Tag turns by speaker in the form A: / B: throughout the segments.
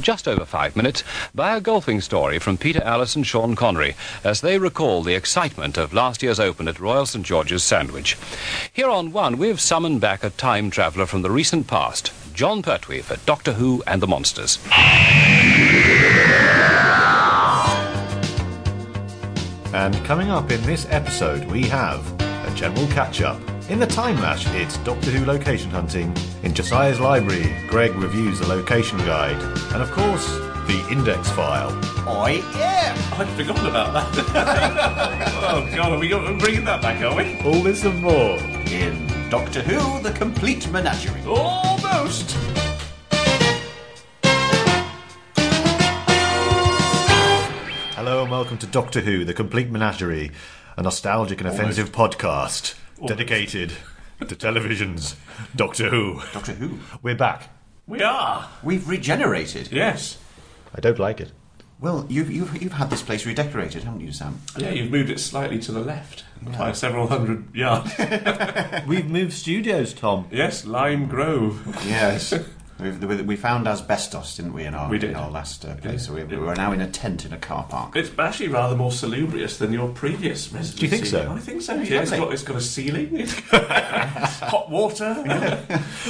A: just over five minutes, by a golfing story from Peter Alice and Sean Connery as they recall the excitement of last year's Open at Royal St George's Sandwich. Here on One, we've summoned back a time traveller from the recent past, John Pertwee for Doctor Who and the Monsters.
B: And coming up in this episode, we have a general catch up. In the time lash, it's Doctor Who location hunting. In Josiah's library, Greg reviews the location guide. And of course, the index file.
C: Oi, yeah!
D: I'd forgotten about that. oh god, are we got, we're bringing that back, are we?
B: All this and more.
C: In Doctor Who, the complete menagerie.
D: Almost.
B: Hello and welcome to Doctor Who, the complete menagerie, a nostalgic and offensive podcast dedicated to television's Doctor Who.
C: Doctor Who.
B: We're back.
D: We are.
C: We've regenerated.
D: Yes.
B: I don't like it.
C: Well, you've, you've, you've had this place redecorated, haven't you, Sam?
D: Yeah, you've moved it slightly to the left by several hundred yards.
B: We've moved studios, Tom.
D: yes, Lime Grove.
C: Yes. We've, we we found asbestos, didn't we, in our,
D: We did.
C: In our last uh, place? So we, we are now in a tent in a car park.
D: It's actually rather more salubrious than your previous residency.
B: Do you think so?
D: I think so. Yeah, it's got, it's got a ceiling. It's got hot water.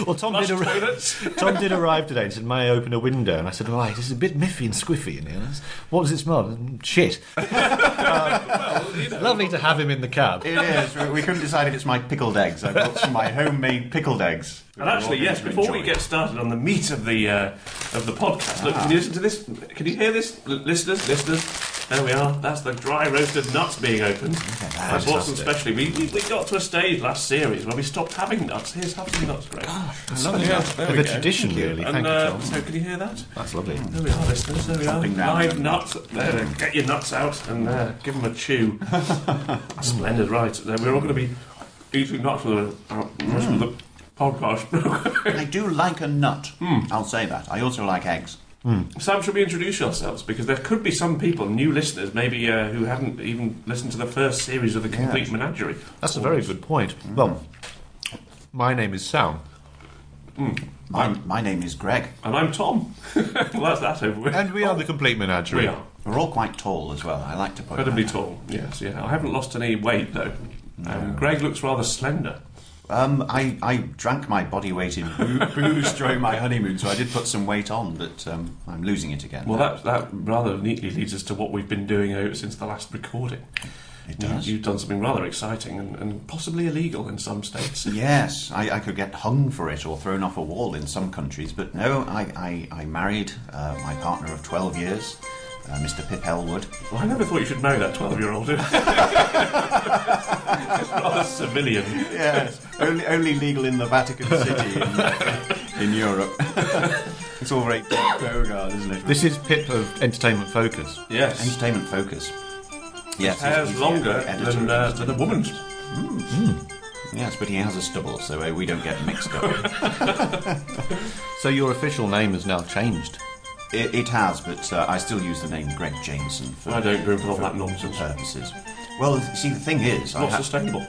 B: Well, Tom
D: Flush
B: did, arri-
D: toilets.
B: Tom did arrive today and said, May I open a window? And I said, Right, it's a bit miffy and squiffy in here. And I said, What does it smell? And, Shit.
D: Well, you know,
B: Lovely to have him in the cab.
C: It is. We- We couldn't decide if it's my pickled eggs. I bought some of my homemade pickled eggs.
D: And actually, yes. Before we
C: Enjoy.
D: get started on the meat of the uh, of the podcast, look,
B: Ah.
D: can you listen to this? Can you hear this, L- listeners? Listeners, there we are. That's the dry roasted nuts being opened. I bought some
B: Fantastic.
D: specially. We, we we got to a stage last series where we stopped having nuts. Here's having nuts, Greg. yeah, there
B: Of
D: we
B: a
D: go.
B: tradition, really.
D: And
B: Thank you,
D: uh, Hmm.
B: Tom.
D: so, can you hear that?
B: That's lovely.
D: There we are, listeners. There we are.
C: Something round.
D: Live nuts. There, get your nuts out and uh, give them a chew. Splendid, right? Then we're all going to be eating nuts for the uh, rest of
B: Hmm.
D: the podcast.
C: I do like a nut.
D: Hmm.
C: I'll say that. I also like eggs.
D: Sam, should we introduce yourselves? Because there could be some people, new listeners, maybe uh, who hadn't even listened to the first series of the Complete Menagerie.
B: That's a very good point.
D: Hmm.
B: Well, my name is Sam.
C: My, my name is Greg.
D: And I'm Tom. well, that's that over with.
B: And we are the complete menagerie.
D: we are
C: We're all quite tall as well. I like to point
D: incredibly
C: that out.
D: tall. Yes, yeah. I haven't lost any weight though. Um, Greg looks rather slender.
C: Um, I, I drank my body weight in boo- booze during my honeymoon, so I did put some weight on, but um, I'm losing it again.
D: Well, that that rather neatly leads us to what we've been doing uh, since the last recording.
C: it does.
D: You, have done something rather exciting and, and possibly illegal in some states.
C: Yes, I, I could get hung for it or thrown off a wall in some countries, but no, I, I, I married uh, my partner of 12 years, uh, Mr. Pip Elwood.
D: Well, I never thought you should marry that twelve-year-old. it's rather civilian.
C: Yes, only, only legal in the Vatican City in, uh, in Europe. it's all very Bogart, isn't it?
B: This is Pip of Entertainment Focus.
D: Yes.
C: Entertainment Focus. Yes, he's-
D: Hairs
C: he's
D: longer
C: the editor
D: than,
C: of
D: uh,
C: Entertainment
D: than a woman's.
C: Yes, but he has a stubble, so uh, we don't get mixed up.
B: So your official name has now changed.
C: it, it has, but uh, I still use the name Greg Jameson for
D: I don't agree with all that nonsense.
C: purposes. Well, see, the thing is, I
D: Not
C: ha-
D: sustainable.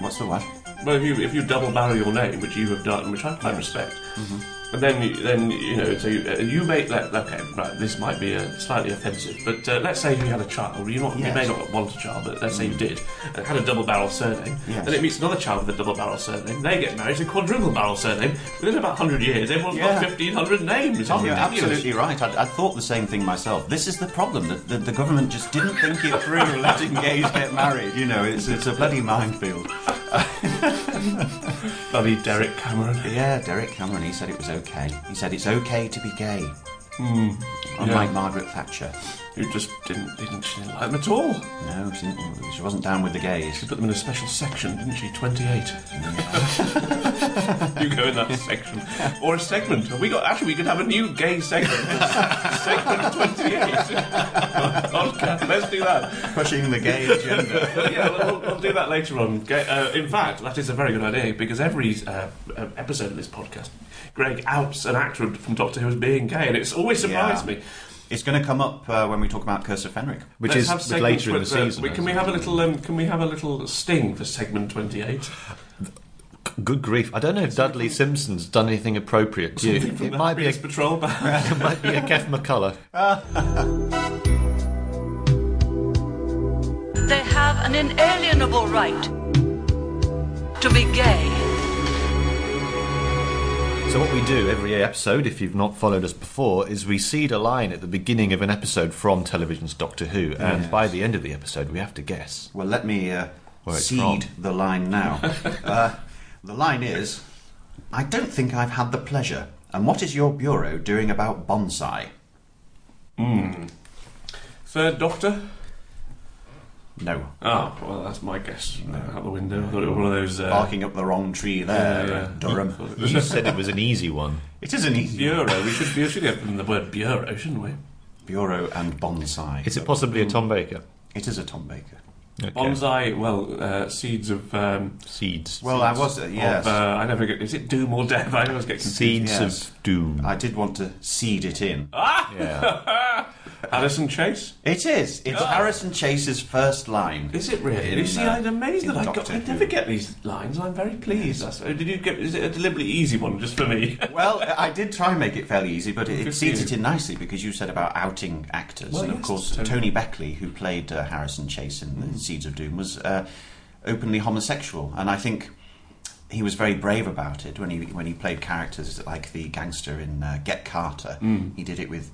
C: what's the what?
D: Well, if you if you double barrel your name, which you have done, which I quite respect,
C: Mm-hmm.
D: and then you- then you know, so you, uh, you may let okay, right. This might be uh slightly offensive, but uh, let's say you had a child. You not you may
C: Yes. Mm-hmm.
D: not want a child, but let's say you did and had a double barrel surname.
C: Yes.
D: Then it meets another child with a double barrel surname. They get married to a quadruple barrel surname. Within about hundred years, everyone's
C: Yeah.
D: got fifteen hundred names. It's
C: You're
D: ridiculous.
C: absolutely right. I, I thought the same thing myself. This is the problem that the, the government just didn't think it through letting gays get married. You know, it's, it's a bloody minefield.
D: Bloody Derek Cameron.
C: Yeah, Derek Cameron, he said it was okay. He said it's okay to be gay.
D: Hmm. Yeah.
C: Unlike Margaret Thatcher.
D: who just didn't didn't she didn't like them at all.
C: No, she, didn't, she wasn't down with the gays.
D: She put them in a special section, didn't she? 28. you go in that section. Or a segment. Have We got Actually, we could have a new gay segment. segment 28. Podcast. Let's do that.
C: Pushing the gay agenda.
D: Well, yeah, we'll, we'll do that later on. Ga- Uh, in fact, that is a very good idea because every uh, uh, episode of this podcast, Greg outs an actor from Doctor Who as being gay, and it's always surprised
C: Yeah.
D: me.
C: It's going to come up uh, when we talk about Curse of Fenric.
B: Which
D: Let's
B: is a
D: have
B: bit
D: segments
B: later in the
D: with, uh,
B: season.
D: we- can we have a little? Um, can we have a little sting for segment twenty-eight?
B: Good grief. I don't know if Dudley Simpson's done anything appropriate to you. It might be a,
D: Police patrol bag.
B: it might be a Kef McCullough.
E: They have an inalienable right to be gay.
B: So what we do every episode, if you've not followed us before, is we seed a line at the beginning of an episode from television's Doctor Who, and
C: Yes.
B: by the end of the episode, we have to guess.
C: Well, let me uh,
B: Where it's
C: seed
B: from.
C: the line now. uh, the line is I don't think I've had the pleasure. And what is your bureau doing about bonsai?
D: Third Doctor.
C: No.
D: Oh, well, that's my guess. Out the window. I thought it was one of those. Uh,
C: Barking up the wrong tree there, uh,
D: Yeah, yeah.
C: Durham.
B: You said it was an easy one.
C: it is an easy
D: Bureau. We should, we should have given the word bureau, shouldn't we?
C: bureau and bonsai.
B: Is it possibly a Tom Baker?
C: it is a Tom Baker.
B: Okay.
D: Bonsai. Well, uh, seeds of. Um,
B: Seeds.
C: Well, I was uh, yes.
D: of uh, I never get. Is it doom or death? I always get confused.
B: Seeds
C: yes.
B: of doom.
C: I did want to seed it in.
B: yeah.
D: Ah! Alison Chase.
C: It is. It's Harrison Chase's first line.
D: Oh. Is it really?
C: In,
D: you see,
C: uh,
D: I'm amazed
C: in
D: that I got.
C: Doctor
D: I
C: Who.
D: never get these lines, and I'm very pleased. That's- oh, Did you get? Is it a deliberately easy one just for me?
C: Well, I did try and make it fairly easy, but it,
D: Good
C: it
D: for
C: seeds
D: you.
C: it in nicely because you said about outing actors,
D: Well,
C: and of
D: yes, Hmm.
C: course
D: Tony.
C: Tony Beckley, who played uh, Harrison Chase in the Seeds of Doom, was uh, openly homosexual, and I think he was very brave about it when he when he played characters like the gangster in uh, Get Carter.
D: Hmm.
C: He did it with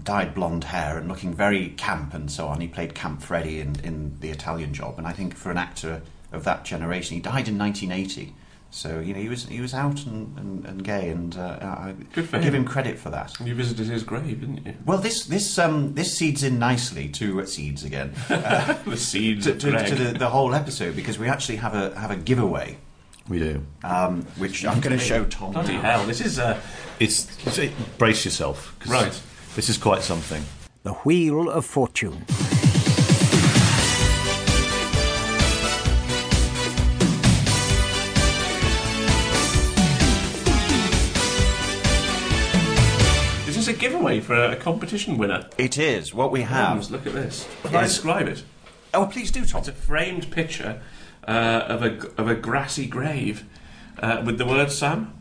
C: dyed blonde hair and looking very camp and so on. He played Camp Freddy in, in The Italian Job, and I think for an actor of that generation, he died in 1980. So you know he was he was out and, and, and gay, and uh, I
D: Good for
C: give
D: him.
C: him credit for that.
D: you visited his grave, didn't you?
C: Well, this this um, this seeds in nicely to seeds again
D: the seeds
C: to,
D: of
C: to,
D: Greg.
C: to the, the whole episode because we actually have a have a giveaway,
B: We do.
C: um, which I'm going to show Tom.
D: Bloody
C: now.
D: hell! This is uh,
B: It's, it's- it- brace yourself. 'cause
D: Right.
B: This is quite something.
F: The Wheel of Fortune.
D: is this a giveaway for a competition winner?
C: It is what we have.
D: Mums, look at this. Can I
C: Yes.
D: describe it?
C: Oh, please do, Tom.
D: It's a framed picture uh, of a of a grassy grave uh, with the word Sam.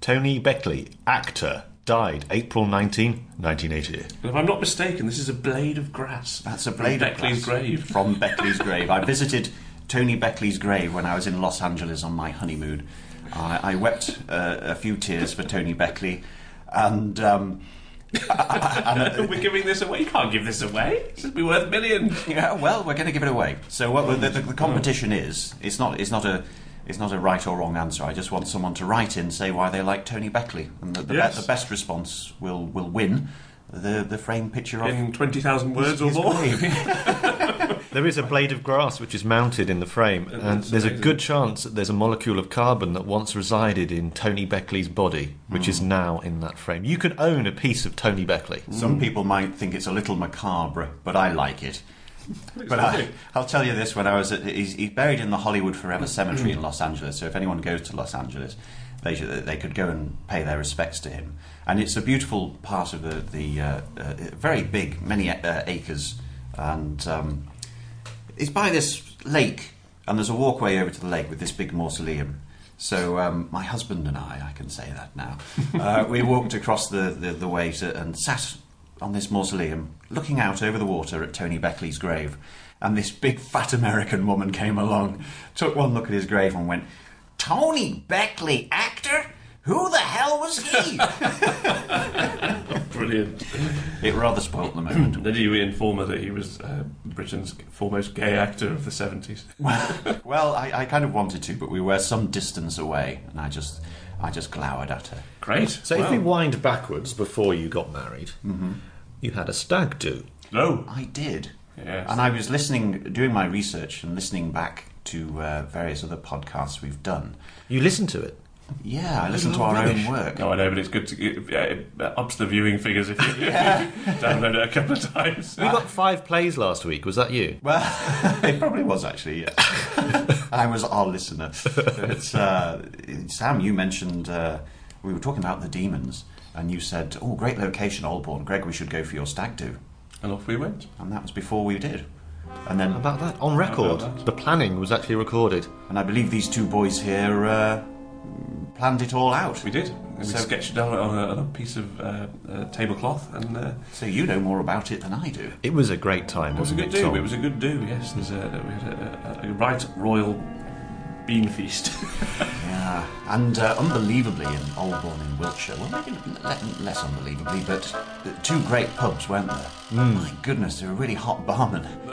B: Tony Beckley, actor, died April 19, 1980.
D: And if I'm not mistaken, this is a blade of grass.
C: That's a blade
D: from
C: of
D: Beckley's
C: grass.
D: grave.
C: From Beckley's grave. I visited Tony Beckley's grave when I was in Los Angeles on my honeymoon. I, I wept uh, a few tears for Tony Beckley, and um,
D: Uh, We're giving this away. You can't give this away. This would be worth millions.
C: yeah, well, we're going to give it away. So what the, the, the competition is? It's not. It's not a. It's not a right or wrong answer. I just want someone to write in say why they like Tony Beckley, and the, the,
D: Yes.
C: be- the best response will will win the the framed picture of
D: In twenty thousand words or
C: his
D: more.
C: grave.
B: There is a blade of grass which is mounted in the frame, and
D: that's
B: there's a
D: amazing.
B: good chance that there's a molecule of carbon that once resided in Tony Beckley's body, which is now in that frame. You could own a piece of Tony Beckley.
C: Some people might think it's a little macabre, but I like it. But I, I'll tell you this: when I was at, he's, he's buried in the Hollywood Forever Cemetery in Los Angeles. So if anyone goes to Los Angeles, they should, they could go and pay their respects to him. And it's a beautiful part of the the uh, uh, very big, many uh, acres, and um, it's by this lake. And there's a walkway over to the lake with this big mausoleum. So um, my husband and I, I can say that now, uh, we walked across the, the, the way to, and sat on this mausoleum, looking out over the water at Tony Beckley's grave. And this big fat American woman came along, took one look at his grave, and went, "Tony Beckley, actor? Who the hell was he?"
D: Brilliant.
C: it rather spoilt the moment.
D: Did you inform her that he was uh, Britain's foremost gay actor of the seventies?
C: well, I, I kind of wanted to, but we were some distance away, and I just, I just glowered at her.
D: Great.
B: So if
D: Wow.
B: we wind backwards before you got married,
D: Mm-hmm.
B: you had a stag do.
D: no,
C: I did.
D: Yes.
C: And I was listening, doing my research and listening back to uh, various other podcasts we've done.
B: You listened to it.
C: Yeah, I listened to our
B: rubbish.
C: own work.
D: No, I know, but it's good to it, it ups the viewing figures if you download it a couple of times.
B: We got five plays last week. Was that you?
C: Well, it probably was actually. Yeah. I was our listener. But, uh, Sam, you mentioned uh, we were talking about the demons, and you said, "Oh, great location, Olborne, Greg. We should go for your stag do."
D: and off we went.
C: And that was before we did. And then,
B: About that, on record, the planning was actually recorded.
C: and I believe these two boys here uh, planned it all out.
D: We did. So we sketched it out on a, on a piece of uh, uh, tablecloth, and uh,
C: So you know more about it than I do.
B: It was a great time,
D: it was a
B: wasn't
D: good
B: it,
D: do.
B: Tom?
D: It was a good do. Yes, there's a, we had a, a, a right royal bean feast.
C: Yeah, and uh, unbelievably in Oldbourne in Wiltshire, well, maybe le- less unbelievably, but the two great pubs, weren't there?
D: Hmm.
C: My goodness, they were really hot barmen.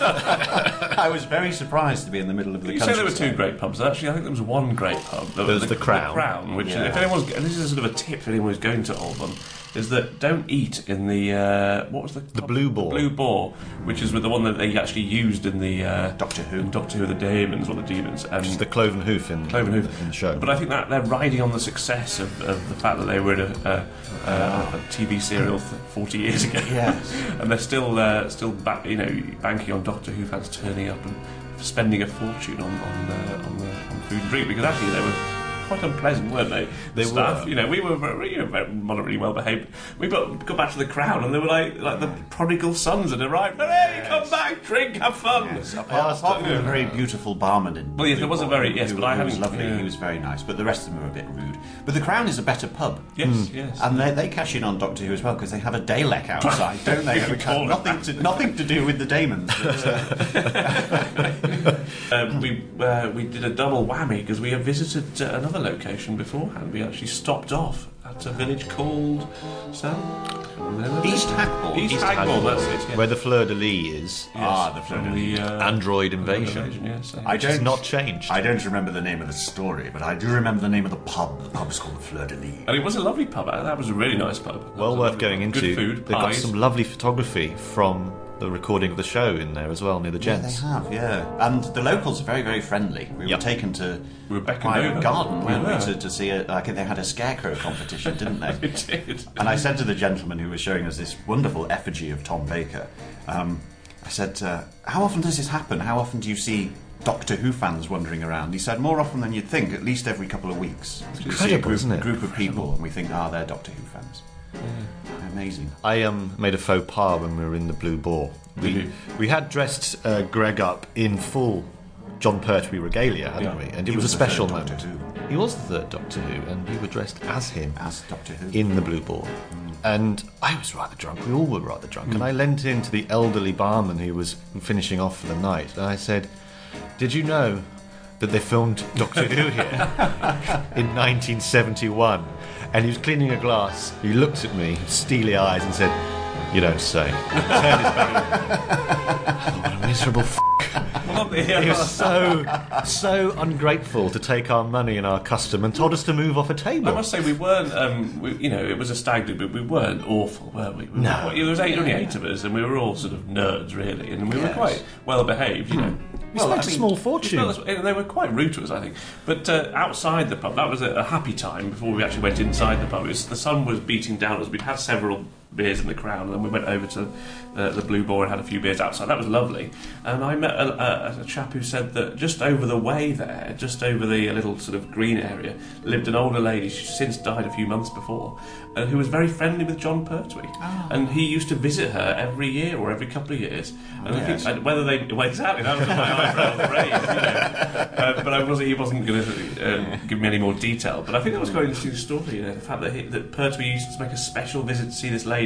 C: I was very surprised to be in the middle of the
D: you say
C: country.
D: there were two great pubs. Actually, I think there was one great pub. There
B: There's the Crown.
D: Crown, which
C: Yeah.
D: if anyone's and this is sort of a tip for anyone who's going to Oldham, is that don't eat in the uh, what was the the
B: Blue Boar.
D: Blue Boar, which is with the one that they actually used in the uh,
C: Doctor Who.
D: in Doctor Who, the Daemons or the Demons, and
B: the cloven hoof in,
D: Cloven Hoof.
B: in the show.
D: But I think that they're riding on the success of, of the fact that they were in a, a, a, a TV serial th- 40 years ago.
C: Yes.
D: and they're still uh, still ba- you know banking on Doctor Who fans turning up and spending a fortune on on, uh, on, uh, on food and drink because actually they were. Quite unpleasant, weren't they?
B: They
D: Staff,
B: were.
D: You know, we were very, you know, very- not really well behaved. We got, got back to the crowd, and they were like, like the prodigal sons had arrived. Hooray! Come back, drink, have fun.
C: Apart apart from a very beautiful barman in.
D: Well, yes, there was a very-
C: Newport,
D: yes,
C: who-
D: but I
C: who was
D: haven't-
C: lovely.
D: yeah.
C: He was very nice, but the rest of them were a bit rude. But the Crown is a better pub. Hmm.
D: Yes, yes.
C: And they, they cash in on Doctor Who as well because they have a Dalek outside, don't they?
D: You can
C: Which
D: call
C: has
D: it
C: nothing to nothing to do with the Daemons. but, uh,
D: Um, we uh, we did a double whammy because we had visited uh, another location beforehand. We actually stopped off at a village called Sam
C: East Hackball.
D: East,
C: East
D: Hagwell,
C: Hagwell.
D: that's it. Yeah.
B: Where the fleur de lis is.
C: Ah, the Fleur de Lis.
D: the uh,
B: Android invasion.
D: invasion, yes.
C: I
B: Which has not changed.
C: I don't remember the name of the story, but I do remember the name of the pub. The pub's called the Fleur de Lis.
D: and it was a lovely pub. uh, That was a really nice pub. That
B: well
D: was a
B: worth
D: lovely
B: going
D: pub.
B: into.
D: Good food,
B: They've got
D: pies.
B: some lovely photography from the recording of the show in there as well, near the
C: They
B: gents.
C: have, yeah. And the locals are very, very friendly. We
B: Yep.
C: were taken to
D: We were beckoned
C: Private
D: over.
C: Garden,
D: We
C: weren't we,
D: were.
C: to, to see a, I think they had a scarecrow competition, didn't they?
D: It did.
C: And I said to the gentleman who was showing us this wonderful effigy of Tom Baker, um, I said, uh, How often does this happen? How often do you see Doctor Who fans wandering around? He said, More often than you'd think, at least every couple of weeks. We see a
B: incredible,
C: group,
B: isn't it?
C: group of people, and we think, Ah, they're Doctor Who fans. Amazing.
B: I um, made a faux pas when we were in the Blue Boar. We, we had dressed uh, Greg up in full John Pertwee regalia, hadn't we? And it was,
C: was
B: a
C: the
B: special
C: third
B: moment.
C: Doctor
B: He was the third Doctor Who, and we were dressed as him
C: As Doctor Who.
B: in the Blue Boar. And I was rather drunk. We all were rather drunk.
D: Hmm.
B: And I leant in to the elderly barman who was finishing off for the night, and I said, "Did you know that they filmed Doctor Who here?" in 1971 and he was cleaning a glass. He looked at me, steely eyes, and said, You don't say. Turned his back. I thought, what a miserable f.
D: Well, not- yeah,
B: He was so, so ungrateful to take our money and our custom and told us to move off a
D: I
B: table.
D: must say we weren't. Um, we, you know, it was a stag do, but we weren't awful, were we? we
B: No.
D: were quite- there was eight, only eight of us, and we were all sort of nerds, really, and we were
C: Yes.
D: quite well behaved, you know.
B: We spent a small fortune.
D: Well, that's- and eh, they were quite rude to us, I think. But uh, outside the pub, that was a, a happy time before we actually went inside the pub. It was, the sun was beating down on us. We'd had several beers in the crown, and then we went over to uh, the Blue Boar and had a few beers outside. That was lovely. And I met a, a, a chap who said that just over the way there, just over the uh, little sort of green area, lived an older lady. She's since died a few months before, and who was very friendly with John Pertwee. And he used to visit her every year or every couple of years. And I
C: Yes.
D: think, and whether they well, exactly that was my eyebrows raised, you know. Uh, but I wasn't. He wasn't going to um, give me any more detail. But I think that was quite an interesting story. You know, the fact that he, that Pertwee used to make a special visit to see this lady.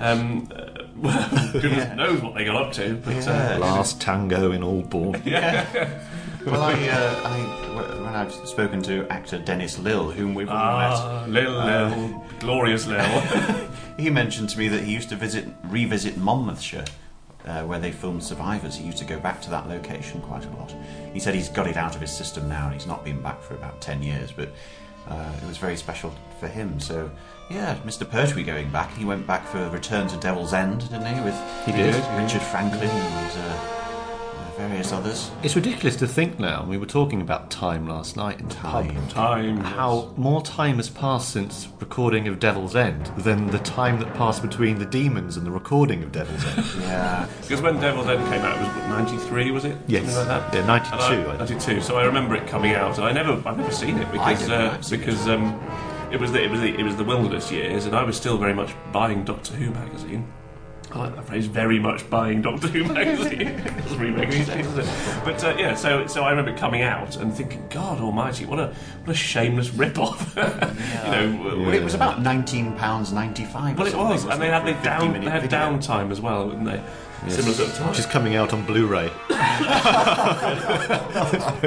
D: Um, uh, well, goodness knows what they got up to. But uh,
B: Last tango in all born.
C: Well, I, uh, I, when I've spoken to actor Dennis Lill, whom we've all
D: ah, Lil, Lil, glorious Lil.
C: met, he mentioned to me that he used to visit, revisit Monmouthshire, uh, where they filmed Survivors. He used to go back to that location quite a lot. He said he's got it out of his system now, and he's not been back for about ten years. But uh, it was very special for him. So, yeah, Mr. Pertwee going back. He went back for Return to Devil's End, didn't he? With
B: He did.
C: Richard Franklin and uh, various others.
B: It's ridiculous to think now. We were talking about time last night in the pub.
C: Time.
D: Time. yes.
B: How more time has passed since recording of Devil's End than the time that passed between the demons and the recording of Devil's End.
C: Yeah.
D: Because when Devil's End came out, it was what, 93, was it?
B: Yes.
D: Something like that?
B: Yeah, 92,
D: And
B: I
D: I,
B: think.
D: 92. So I remember it coming out, and I never, I've never seen it because
C: didn't,
D: uh,
C: I've seen
D: because um, it was the, it was the, it was the Wilderness years, and I was still very much buying Doctor Who magazine. I like that phrase very much buying Doctor Who magazine. Doesn't really make any sense, does it? But uh, yeah, so so I remember coming out and thinking, God Almighty, what a what a shameless rip-off. you know, w-
C: Well, it was about nineteen pounds ninety-five.
D: well, it was, and they had the down they had downtime as well, didn't they? Similar sort of time.
B: Which is coming out on Blu-ray.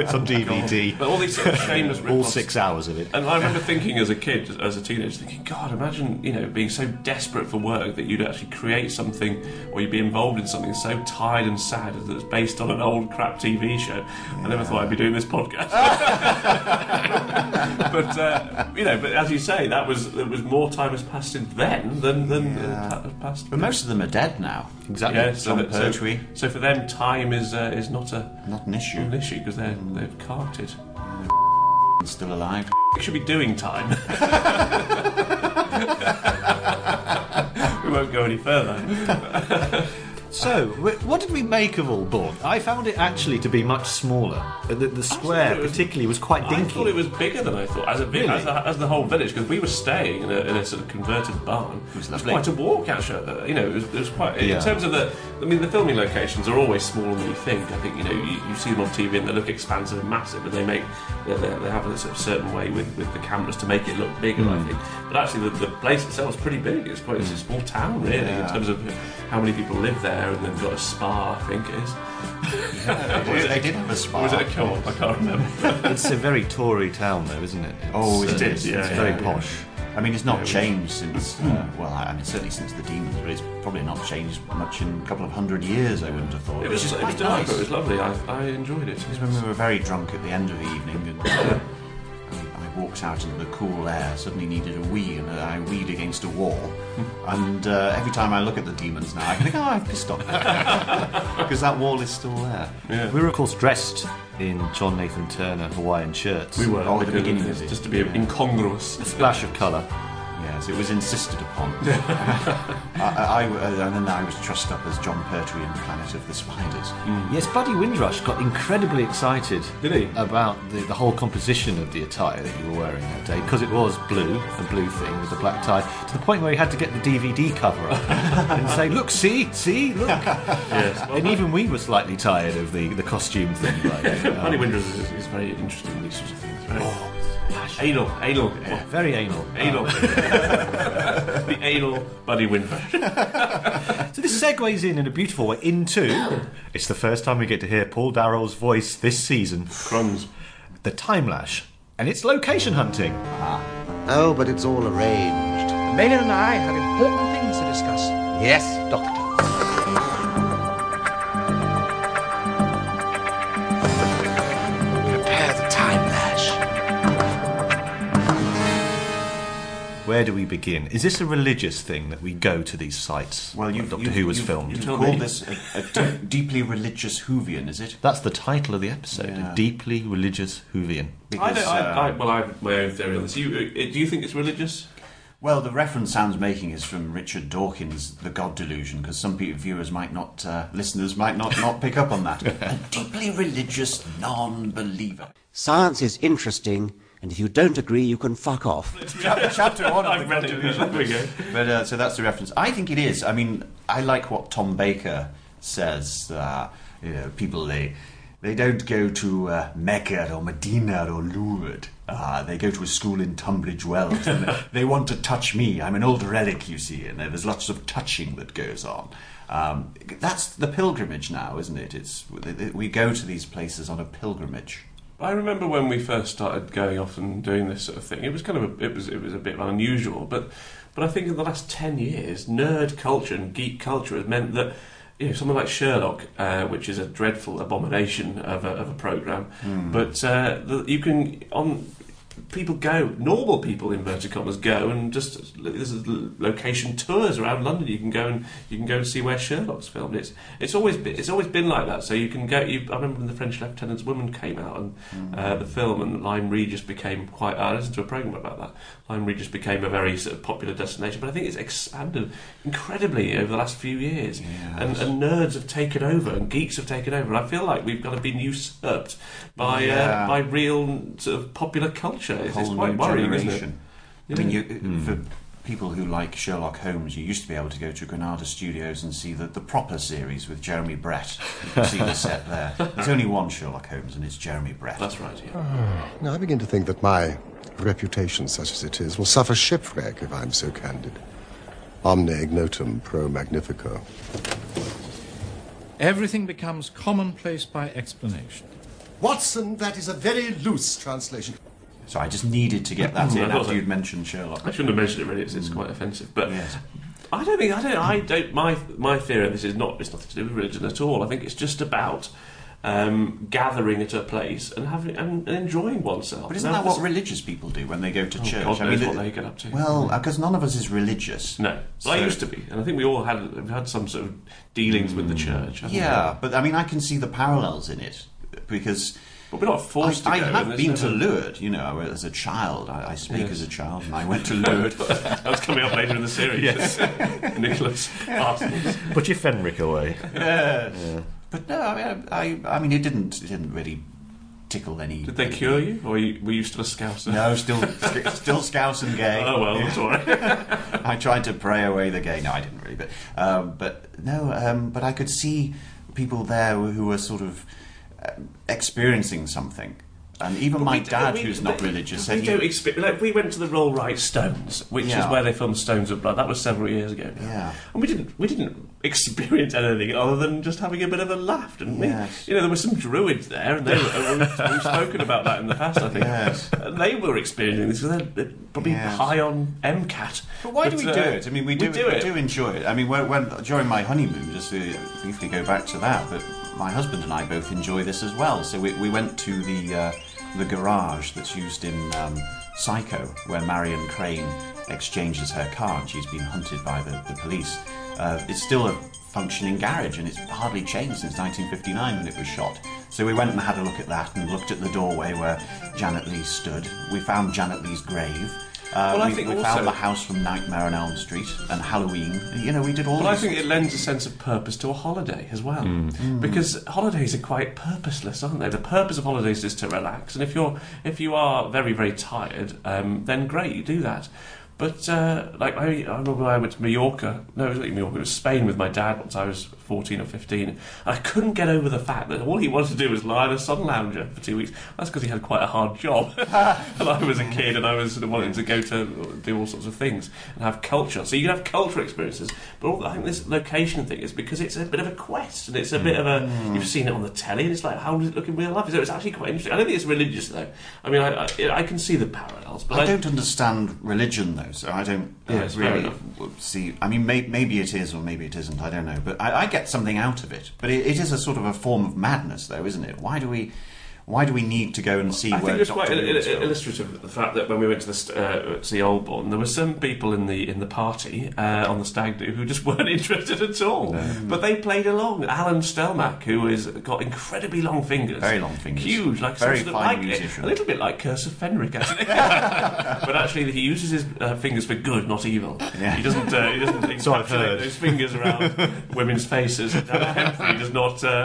B: it's on DVD.
D: but all these sort of shameless rip-offs.
B: All six hours of it.
D: And I remember thinking as a kid, as a teenager, thinking, God, imagine you know being so desperate for work that you'd actually create something or you'd be involved in something so tired and sad that's based on an old crap TV show. I never thought I'd be doing this podcast. but uh, you know, but as you say, that was there was more time has passed since then than than uh, pa- passed.
C: But most of them are dead now.
B: Exactly.
D: Yeah, so,
C: John
D: that- so-
C: Pertwee.
D: so for them, time is uh, is not a
C: Not an issue.
D: an issue because they're they've carted.
C: Still alive.
D: We should be doing time. we won't go any further.
B: So, wh- what did we make of All Born? I found it actually to be much smaller. Uh, The, the square,
D: it was-
B: particularly, was quite
D: I
B: dinky.
D: thought it was bigger than I thought, as a vi-
B: Really?
D: as, a, as the whole village, because we were staying in a, in a sort of converted barn. It
C: was lovely.
D: quite a walk, actually. uh, You know, it was, it was quite.
B: Yeah.
D: In terms of the, I mean, the filming locations are always smaller than you think. I think you know you, you see them on TV and they look expansive and massive, but they make they, they, they have a sort of certain way with, with the cameras to make it look bigger. I think, but actually the, the place itself is pretty big. It's quite it's a small town really in
C: Yeah.
D: terms of how many people live there, and they've got a spa. I think it is.
C: Well, they did have a spa.
D: Or was it a co-op? I can't remember.
B: It's a very Tory town, though, isn't it? It's,
C: Oh, it
B: uh,
C: is,
B: It's,
D: yeah,
B: it's
D: yeah,
B: very
D: yeah.
B: posh.
C: I mean, it's not changed since. Uh, well, I mean, certainly since the demons, but it's probably not changed much in a couple of hundred years. I wouldn't have thought.
D: It was,
C: Which is
D: it was
C: quite
D: delightful. It
C: nice.
D: was lovely. I, I enjoyed it.
C: Because when we were very drunk at the end of the evening and uh, I, I walked out into the cool air, suddenly needed a wee and uh, I weed against a wall. and uh, every time I look at the demons now, I think, oh, I've pissed off. Because that wall is still there.
B: We were, of course, dressed in John Nathan Turner Hawaiian shirts.
D: We were
C: Oh, at the
D: because
C: beginning
D: it's
C: of it.
D: just uh, to be incongruous.
B: Splash of colour.
C: Yes, it was insisted upon. I, I, I- and then I was trussed up as John Pertwee in Planet of the Spiders.
D: Hmm.
B: Yes, Buddy Windrush got incredibly excited.
D: Did he?
B: About the, the whole composition of the attire that you were wearing that day, because it was blue, a blue thing with a black tie, to the point where he had to get the DVD cover up and say, "Look, see, see, look."
D: yes. Well,
B: and even we were slightly tired of the, the costume thing. Like, uh,
D: Money Winders is, is very interesting in these sorts of things. Very
C: Oh,
D: anal, anal, yeah.
B: very anal.
D: anal.
C: Oh.
D: the anal Buddy Windrush.
B: So this segues in in a beautiful way into. It's the first time we get to hear Paul Darrell's voice this season.
D: Crumbs.
B: The time lash. And it's location hunting.
G: Oh, but it's all arranged.
H: The Maiden and I have important things to discuss.
G: Yes, Doctor.
H: Prepare the time lash.
B: Where do we begin? Is this a religious thing that we go to these sites?
C: Well, you,
B: like Doctor
C: you,
B: Who was
C: you,
B: filmed.
C: You
D: Tell
C: called
D: me.
C: this a, a deep- deeply religious Hoovian, is it?
B: That's the title of the episode. A deeply religious Hoovian.
D: I
C: Because,
D: don't, I,
C: uh,
D: I, well, I have my own theory on this. You, uh, do you think it's religious?
C: Well, the reference Sam's making is from Richard Dawkins' The God Delusion, because some pe viewers might not, uh, listeners might not, not pick up on that. A deeply religious non believer.
G: Science is interesting, and if you don't agree, you can fuck off.
C: Chapter one of The
D: I've
C: God
D: read it.
C: Delusion.
D: There we go.
C: But uh, so that's the reference. I think it is. I mean, I like what Tom Baker says. Uh, you know, people they they don't go to uh, Mecca or Medina or Lourdes. Uh, they go to a school in Tunbridge Wells. and they, they want to touch me. I'm an old relic, you see, and there's lots of touching that goes on. Um, that's the pilgrimage now, isn't it? It's we go to these places on a pilgrimage.
D: I remember when we first started going off and doing this sort of thing. It was kind of a, it was it was a bit unusual, but but I think in the last ten years, nerd culture and geek culture has meant that you know someone like Sherlock, uh, which is a dreadful abomination of a, of a program, but uh, the, you can on people go normal people inverted commas go and just there's location tours around London you can go and you can go and see where Sherlock's filmed it's it's always been, it's always been like that so you can go you, I remember when the French Lieutenant's Woman came out and uh, the film and Lyme Regis became quite I listened to a programme about that Lyme Regis became a very sort of popular destination but I think it's expanded incredibly over the last few years and, and nerds have taken over and geeks have taken over and I feel like we've kind of been usurped by uh,
C: Yeah.
D: by real sort of popular culture. It's,
C: whole
D: it's quite
C: new
D: worrying, Hmm.
C: generation. I mean, you, uh, for people who like Sherlock Holmes, you used to be able to go to Granada Studios and see the, the proper series with Jeremy Brett. You can see the set there. There's only one Sherlock Holmes, and it's Jeremy Brett.
D: That's right, yeah.
I: Now, I begin to think that my reputation, such as it is, will suffer shipwreck if I'm so candid. Omne ignotum pro magnifico.
J: Everything becomes commonplace by explanation.
I: Watson, that is a very loose translation.
C: So I just needed to get that
D: Mm, I
C: in
D: thought
C: after
D: so.
C: you'd mentioned Sherlock.
D: I shouldn't have mentioned it really. It's, it's quite offensive, but
C: Yes.
D: I don't think I don't. I don't. My my fear of this is not. It's nothing to do with religion at all. I think it's just about um, gathering at a place and having and, and enjoying oneself.
C: But isn't
D: Now,
C: that what
D: this-
C: religious people do when they go to
D: Oh,
C: church?
D: God knows what
C: the-
D: they get up to.
C: Well, because none of us is religious.
D: No, Well, I
C: So-
D: used to be, and I think we all had we've had some sort of dealings with the church. haven't we?
C: Hmm. Yeah, but I mean, I can see the parallels in it because.
D: but we're not forced
C: I,
D: to go.
C: I
D: and
C: have
D: there's
C: been to
D: never-
C: Lourdes, you know, I was- as a child. I, I speak
D: Yes.
C: as a child, and I went to Lourdes.
D: that was coming up later in the series. Nicholas Parsons.
B: Put your Fenric away.
C: but no, I mean, I, I, I mean, it didn't, it didn't really tickle any.
D: Did they cure you, or you, were you still a scouser?
C: No, still, st- still scouse and gay.
D: Oh well, that's all right.
C: I tried to pray away the gay. No, I didn't really, but um, but no, um, but I could see people there who were sort of um, experiencing something, and even my
D: We-
C: dad,
D: we-
C: who's not
D: we-
C: religious,
D: we
C: said he-
D: don't expect. Like, we went to the Roll Right Stones, which
C: Yeah.
D: is where they filmed Stones of Blood. That was several years ago. now.
C: Yeah.
D: and we didn't we didn't experience anything other than just having a bit of a laugh, didn't we?
C: Yes.
D: You know, there were some druids there, and they were, and we've, we've spoken about that in the past. I think
C: Yes.
D: and they were experiencing this because they're probably
C: Yes.
D: high on MCAT.
C: But why do we do
D: uh,
C: it? I mean, we do, we
D: it.
C: do enjoy it. I mean, when, when during my honeymoon, just to briefly go back to that, but my husband and I both enjoy this as well. So we, we went to the uh, the garage that's used in um, Psycho, where Marion Crane exchanges her car and she's been hunted by the, the police. Uh, it's still a functioning garage and it's hardly changed since 1959 when it was shot. So we went and had a look at that and looked at the doorway where Janet Lee stood. We found Janet Lee's grave. Uh,
D: Well, I
C: we,
D: think
C: we
D: also-
C: found the house from Nightmare on Elm Street and Halloween. You know, we did all.
D: Well, I
C: these-
D: think it lends a sense of purpose to a holiday as well, because holidays are quite purposeless, aren't they? The purpose of holidays is to relax, and if you're if you are very very tired, um, then great, you do that. But uh, like I, I remember when I went to Mallorca. No, it wasn't even Mallorca. It was Spain with my dad once I was fourteen or fifteen. And I couldn't get over the fact that all he wanted to do was lie in a sun lounger for two weeks. That's because he had quite a hard job, and I was a kid, and I was sort of wanting to go to do all sorts of things and have culture. So you can have culture experiences, but all, I think this location thing is because it's a bit of a quest, and it's a bit of a you've seen it on the telly, and it's like how does it look in real life? So it's actually quite interesting. I don't think it's religious though. I mean, I, I, I can see the parallels, but
C: I don't understand religion, though, so I don't uh,
D: Yes, fair
C: really
D: enough.
C: w- see. I mean, may, maybe it is or maybe it isn't. I don't know, but I, I get something out of it. But it, it is a sort of a form of madness, though, isn't it? Why do we? Why do we need to go and see
D: I
C: where
D: think it's
C: Doctor
D: quite il-
C: Who was
D: il-
C: filmed?
D: illustrative of the fact that when we went to the st- uh, see Olborn, there were some people in the in the party uh, on the stag do who just weren't interested at all.
C: Mm.
D: But they played along. Alan Stelmack, who has got incredibly long fingers,
C: Very long fingers.
D: huge, like some
C: Very
D: sort of-
C: fine
D: like- eh,
C: musician.
D: a little bit like Curse of Fenric, actually. but actually, he uses his uh, fingers for good, not evil.
C: Yeah.
D: He doesn't. Uh, he doesn't
B: So I've
D: encapsulate
B: heard.
D: those fingers around women's faces. And Hemphry does not. Uh,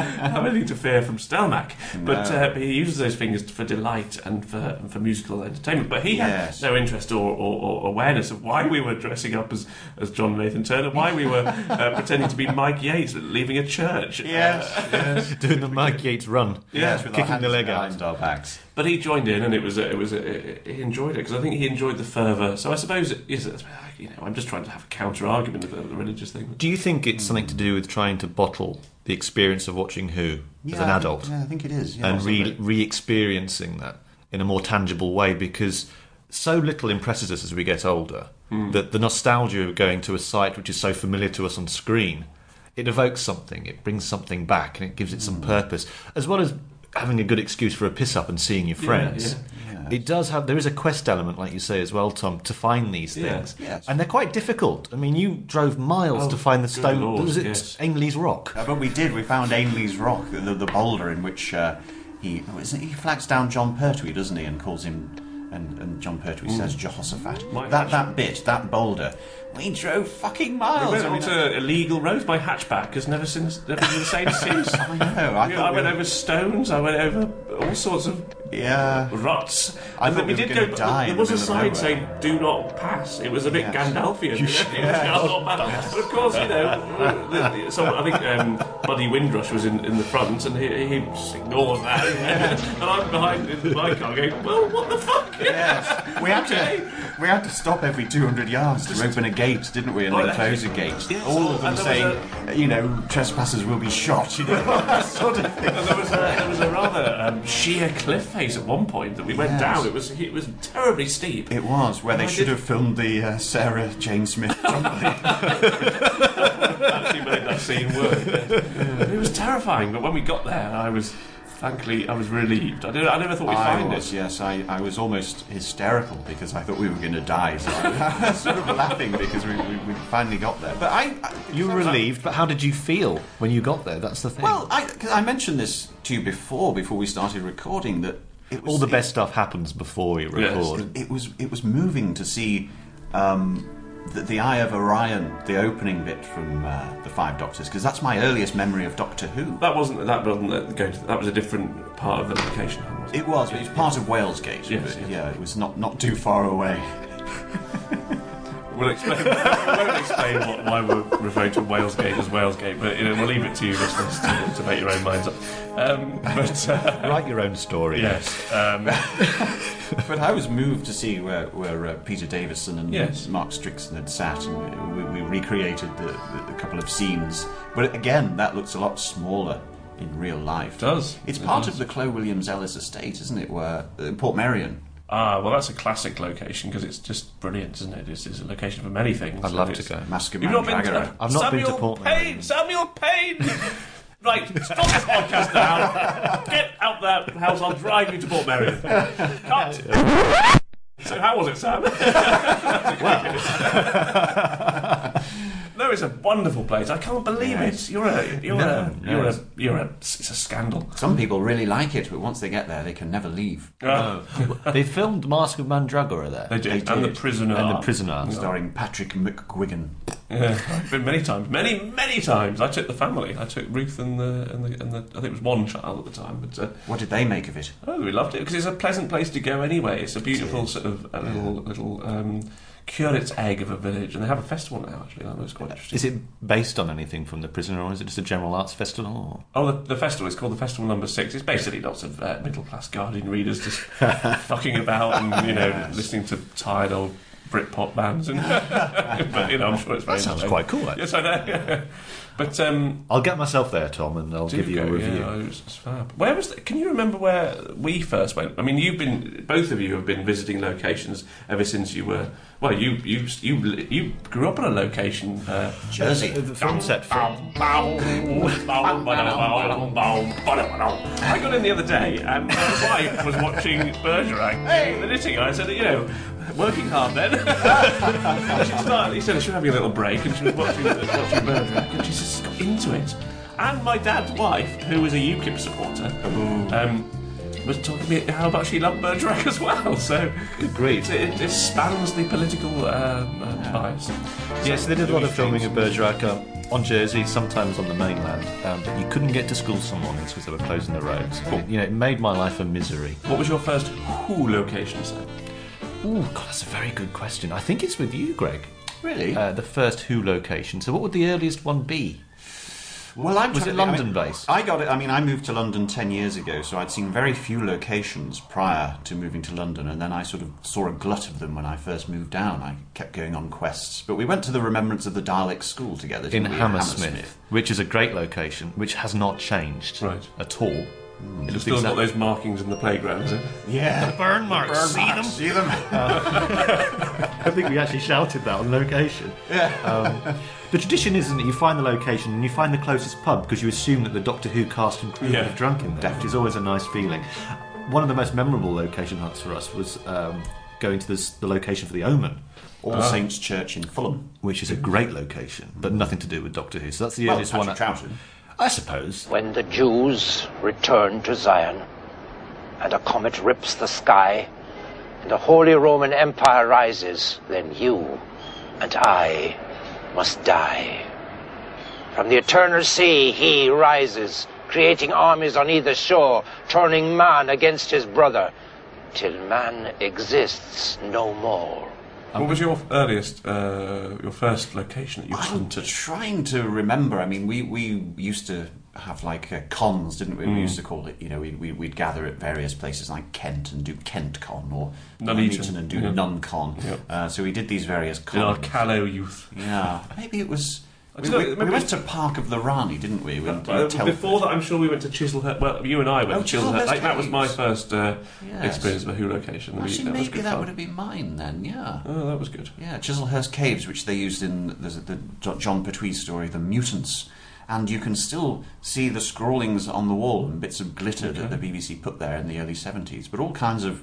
D: have anything to fear from Stelmach, but, uh, but he uses those fingers for delight and for, and for musical entertainment. But he
C: Yes.
D: had no interest or, or, or awareness of why we were dressing up as, as John Nathan Turner, why we were uh, pretending to be Mike Yates leaving a church. Uh,
C: Yes, yes,
B: Doing the Mike Yates run.
C: yes, with our
B: Kicking the
C: hands
B: leg out.
C: behind our backs.
D: But he joined in, and it was a, it was a, he enjoyed it because I think he enjoyed the fervour. So I suppose it is you know I'm just trying to have a counter argument of the, the religious thing.
B: Do you think it's something to do with trying to bottle the experience of watching Who as an
C: Yeah, I think-
B: adult
C: yeah, I think it is. Yeah,
B: and re
C: absolutely.
B: re experiencing that in a more tangible way? Because so little impresses us as we get older
D: Hmm.
B: that the nostalgia of going to a site which is so familiar to us on screen it evokes something, it brings something back, and it gives it
D: Hmm.
B: some purpose, as well as having a good excuse for a piss up and seeing your friends. It does have. There is a quest element, like you say as well, Tom, to find these
D: Yeah.
B: things,
C: Yes.
B: and they're quite difficult. I mean, you drove miles
D: Oh,
B: to find the
D: good
B: stone.
D: Lord,
B: was it
D: yes.
B: Ainley's Rock?
C: Uh, but we did. We found Ainley's Rock, the, the boulder in which uh, he oh, isn't it- he flags down John Pertwee, doesn't he, and calls him. And, and John Pertwee says Jehoshaphat.
D: Mm. Might
C: that that bit, that boulder. We drove fucking
D: I uh,
C: miles.
D: went
C: I mean,
D: onto illegal roads by hatchback has never since never been the same since.
C: I know. I,
D: Yeah,
C: thought
D: I
C: we
D: went
C: were-
D: over stones. I went over all sorts of
C: Yeah.
D: ruts.
C: I
D: And
C: thought
D: then we
C: we were
D: did
C: gonna
D: go.
C: die in
D: there
C: the
D: was a
C: middle of
D: sign
C: nowhere.
D: saying "Do not pass." It was a bit
C: Yes.
D: Gandalfian.
C: You
D: You
C: should-
D: know?
C: yeah.
D: Do not pass. But of course, you know. the- the- So I think um, Buddy Windrush was in, in the front, and he, he just ignores that, and I'm behind in my car going, "Well, what the fuck?"
C: Yes. We had to we had to stop every 200 yards to open a gate, didn't we? And
D: Oh,
C: then
D: yeah.
C: close a gate.
D: Yes.
C: All of them
D: And there was
C: saying, you know, trespassers will be shot. You know, that sort of thing.
D: And there was a, there was a rather um, sheer cliff face at one point that we went
C: Yes.
D: down. It was it was terribly steep.
C: It was where they
D: I
C: should
D: did-
C: have filmed the uh, Sarah Jane Smith.
D: actually made that scene work. It was terrifying, but when we got there, I was thankfully I was relieved. I, didn't, I never thought we'd
C: I
D: find
C: was,
D: it.
C: yes. I, I was almost hysterical because I thought we were going to die. So I was sort of laughing because we, we, we finally got there. But I, I
B: You were relieved, but how did you feel when you got there? That's the thing.
C: Well, I, 'cause I mentioned this to you before, before we started recording, that it was,
B: all the best stuff happens before you record.
C: It, it was it was moving to see um, the, the Eye of Orion, the opening bit from uh, the Five Doctors, because that's my earliest memory of Doctor Who.
D: That wasn't that wasn't the- going to, that was a different part of the location. wasn't
C: It was, but it's part of Walesgate.
D: Yes,
C: but,
D: yes.
C: Yeah, it was not not too far away.
D: We'll explain. we won't explain what, why we're referring to Walesgate as Walesgate, but you know, we'll leave it to you listeners to, to make your own minds up. Um, but uh,
B: Write your own story.
D: yes, um,
C: But I was moved to see where, where uh, Peter Davison and
D: Yes.
C: Mark Strickson had sat, and we, we recreated the, the, the couple of scenes. But again, that looks a lot smaller in real life.
D: does.
C: It's
D: It
C: part
D: does.
C: of the Chloe Williams Ellis estate, isn't it? Where uh, Port Merion.
D: ah, well, that's a classic location because it's just brilliant, isn't it? It's, it's a location for many things.
B: I'd love
D: and
B: to
D: it's-
B: go.
C: Mask of
D: You've not been
C: Mandragora.
D: to
B: I've not been
D: Samuel
B: to Portland.
D: Payne. Samuel Payne. right, stop this podcast now. Get out that house. I'll drive you to Port Marion. Cut. so how was it, Sam? no, it's a wonderful place. I can't believe it. You're a you're a you're a you're a it's a scandal.
C: Some people really like it, but once they get there, they can never leave.
B: Oh.
D: Uh,
B: They filmed Mask of Mandragora there.
D: they did.
C: They
D: and
C: did.
D: the prisoner.
B: And The Prisoner.
C: Starring Patrick McGuigan.
D: Yeah, been many times, many many times. I took the family. I took Ruth and the and the, and the I think it was one child at the time, but uh,
C: What did they make of it?
D: Oh, we loved it because it's a pleasant place to go anyway. It's a beautiful sort of a little little um, curate's egg of a village, and they have a festival now. Actually, that was quite interesting.
B: Uh, Is it based on anything from The Prisoner, or is it just a general arts festival? Or?
D: Oh, the, the festival is called the Festival Number Six. It's basically lots of uh, middle class Guardian readers just fucking about and you know listening to tired old Britpop bands. And but you know, I'm sure it's very
B: That sounds
D: entertaining.
B: quite cool, actually.
D: Yes, I know. but um,
B: I'll get myself there, Tom, and I'll give you
D: go,
B: a review.
D: Yeah, it was- it's fab. Where was? The, can you remember where we first went? I mean, you've been both of you have been visiting locations ever since you were. Well, you you you you grew up on a location. Uh,
C: Jersey.
B: The film set.
D: Um, I got in the other day, and my wife was watching Bergerac. Hey, the knitting. I said, you know. Working hard then. And she started, he said she was having a little break and she was watching, watching Bergerac and she just got into it. And my dad's wife, who is a UKIP supporter, um, was talking to me how about she loved Bergerac as well. So
B: grief.
D: It, it, it spans the political um, uh, bias.
B: Yes, they did a lot of filming at Bergerac um, on Jersey, sometimes on the mainland. Um, but you couldn't get to school some mornings because they were closing the roads. And it- you know, it made my life a misery.
D: What was your first Who location, sir?
B: Ooh, God, that's a very good question. I think it's with you, Greg.
C: Really?
B: Uh, the first Who location. So, what would the earliest one be?
C: Well, I'm
B: Was
C: trying-
B: it
C: I mean,
B: London-based?
C: I got it. I mean, I moved to London ten years ago, so I'd seen very few locations prior to moving to London, and then I sort of saw a glut of them when I first moved down. I kept going on quests, but we went to the Remembrance of the Dalek School together
B: In
C: didn't we, at
B: Hammersmith, which is a great location, which has not changed
D: Right.
B: at all.
C: Hmm.
B: It looks
D: Still got
B: exactly-
D: those markings in the eh? playground, is it?
C: Yeah,
B: burn marks. see them?
C: see them.
B: I think we actually shouted that on location. Yeah. Um, the tradition is, isn't it? You find the location and you find the closest pub because you assume that the Doctor Who cast and crew
D: Yeah.
B: would have drunk in there, which is always a nice feeling. One of the most memorable location hunts for us was um, going to this, the location for the Omen,
C: All Saints Church in Fulham.
B: which is a great location, but nothing to do with Doctor Who. So that's the
C: Well,
B: earliest one.
C: Patrick Troughton.
B: I suppose.
H: When the Jews return to Zion, and a comet rips the sky, and the Holy Roman Empire rises, then you and I must die. From the eternal sea he rises, creating armies on either shore, turning man against his brother, till man exists no more.
D: What was your earliest, uh, your first location that you
C: I'm
D: hunted?
C: trying to remember. I mean, we, we used to have like uh, cons, didn't we? We
D: Mm.
C: used to call it. You know, we'd, we- we'd gather at various places like Kent and do Kent Con or
D: Nuneaton.
C: Nuneaton and do
D: Yeah.
C: Nun Con.
D: Yeah.
C: Uh, so we did these various
D: In our
C: cons.
D: callow youth.
C: yeah, maybe it was.
D: I
C: We,
D: don't know,
C: we- we
D: maybe-
C: went to Park of the Rani, didn't we? We went to
D: Uh,
C: Telford.
D: before that, I'm sure we went to Chiselhurst. Well, you and I went
C: Oh,
D: to Chiselhurst.
C: Chiselhurst
D: Like, that was my
C: Caves.
D: first uh,
C: Yes.
D: experience of a Who location. We-
C: Actually,
D: was
C: maybe
D: good
C: that
D: fun.
C: would have been mine then. Yeah.
D: Oh, that was good.
C: Yeah, Chiselhurst Caves, which they used in the, the Jo- John Pertwee story, The Mutants. And you can still see the scrawlings on the wall and bits of glitter that the BBC put there in the early 70s. But all kinds of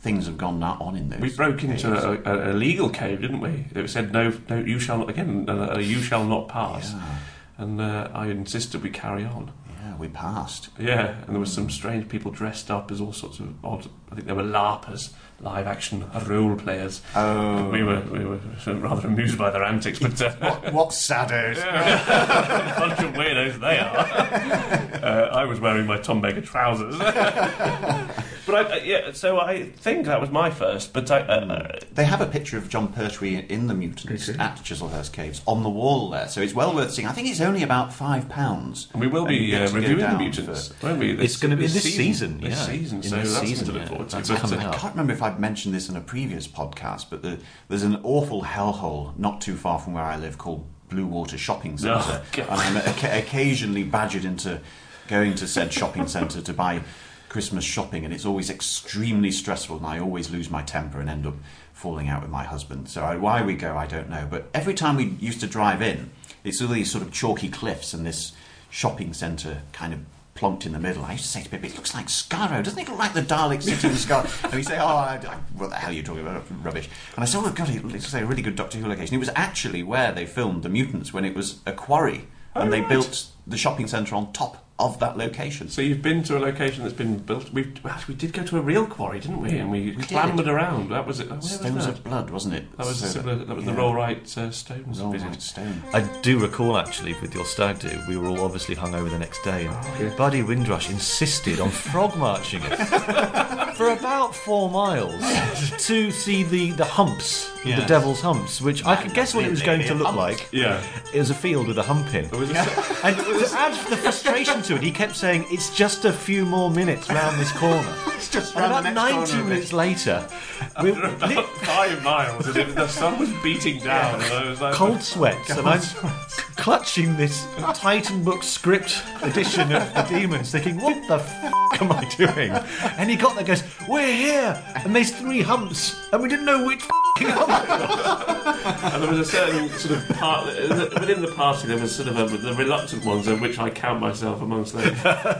C: things have gone now on in those.
D: We broke into
C: caves.
D: a, a, a legal cave, didn't we? It said no, no, you shall not again. Uh, uh, you shall not pass. And uh, I insisted we carry on.
C: Yeah, we passed.
D: Yeah, and there were some strange people dressed up as all sorts of odd. I think they were larpers, live action role players.
C: Oh.
D: We were we were rather amused by their antics, but uh,
C: What, what saddos!
D: a bunch of weirdos they are. Uh, I was wearing my Tom Baker trousers. but I, uh, yeah, so I think that was my first. But I,
C: Hmm.
D: uh,
C: They have a picture of John Pertwee in the Mutants at Chiselhurst Caves on the wall there, so it's well worth seeing. I think it's only about five pounds.
D: we will
C: And you
D: be
C: get
D: uh,
C: to go
D: reviewing the
C: down
D: mutants,
C: for-
D: won't we?
B: It's gonna be this season,
D: This
B: yeah.
D: season,
B: In
D: so
B: this
D: that's
B: season,
D: something to
B: yeah.
D: look forward to.
B: That's
D: But,
B: coming
D: uh,
C: I
B: up.
C: can't remember if I've mentioned this in a previous podcast, but the, there's an awful hellhole not too far from where I live called Blue Water Shopping Centre.
D: God.
C: and I'm oca- occasionally badgered into going to said shopping centre to buy Christmas shopping, and it's always extremely stressful, and I always lose my temper and end up falling out with my husband. So I, why we go, I don't know. But every time we used to drive in, it's all these sort of chalky cliffs and this shopping centre kind of plonked in the middle. I used to say to Pippi, it looks like Scarrow. Doesn't it look like the Dalek sitting in Scarrow? And he'd say, oh, I, I, what the hell are you talking about? Rubbish. And I said, oh, God, it looks like a really good Doctor Who location. It was actually where they filmed The Mutants when it was a quarry. and they built the shopping centre on top of that location.
D: Oh, So you've been to a location that's been built. We well, we did go to a real quarry, didn't we? And we,
C: did.
D: clambered around. That was it. Where was
C: Stones
D: that?
C: of Blood, wasn't it?
D: That was,
C: So
D: similar, that was the
C: yeah.
D: Rollright uh, Stones
C: Roll
D: visit.
C: Right Stone.
B: I do recall actually with your stag do, we were all obviously hung over the next day, and Buddy Windrush insisted on frog marching us for about four miles to see the, the humps, the
C: Yes.
B: devil's humps, which I could guess what it was going to look like.
D: Yeah.
B: It was a field with a hump in.
D: There was a-
B: And to add the frustration to it, he kept saying, It's just a few more minutes round this corner.
C: It's just
B: And
C: round the
B: about 90
C: next corner of it.
B: minutes later, we
D: After about five miles, and it, the sun was beating down, and I was like,
B: cold sweats, and I'm clutching this Titan Book script edition of The Demons, thinking, what the f am I doing? And he got there and goes, we're here, and there's three humps, and we didn't know which f***ing hump.
D: And there was a certain sort of part within the party. There was sort of a, the reluctant ones, of which I count myself amongst them.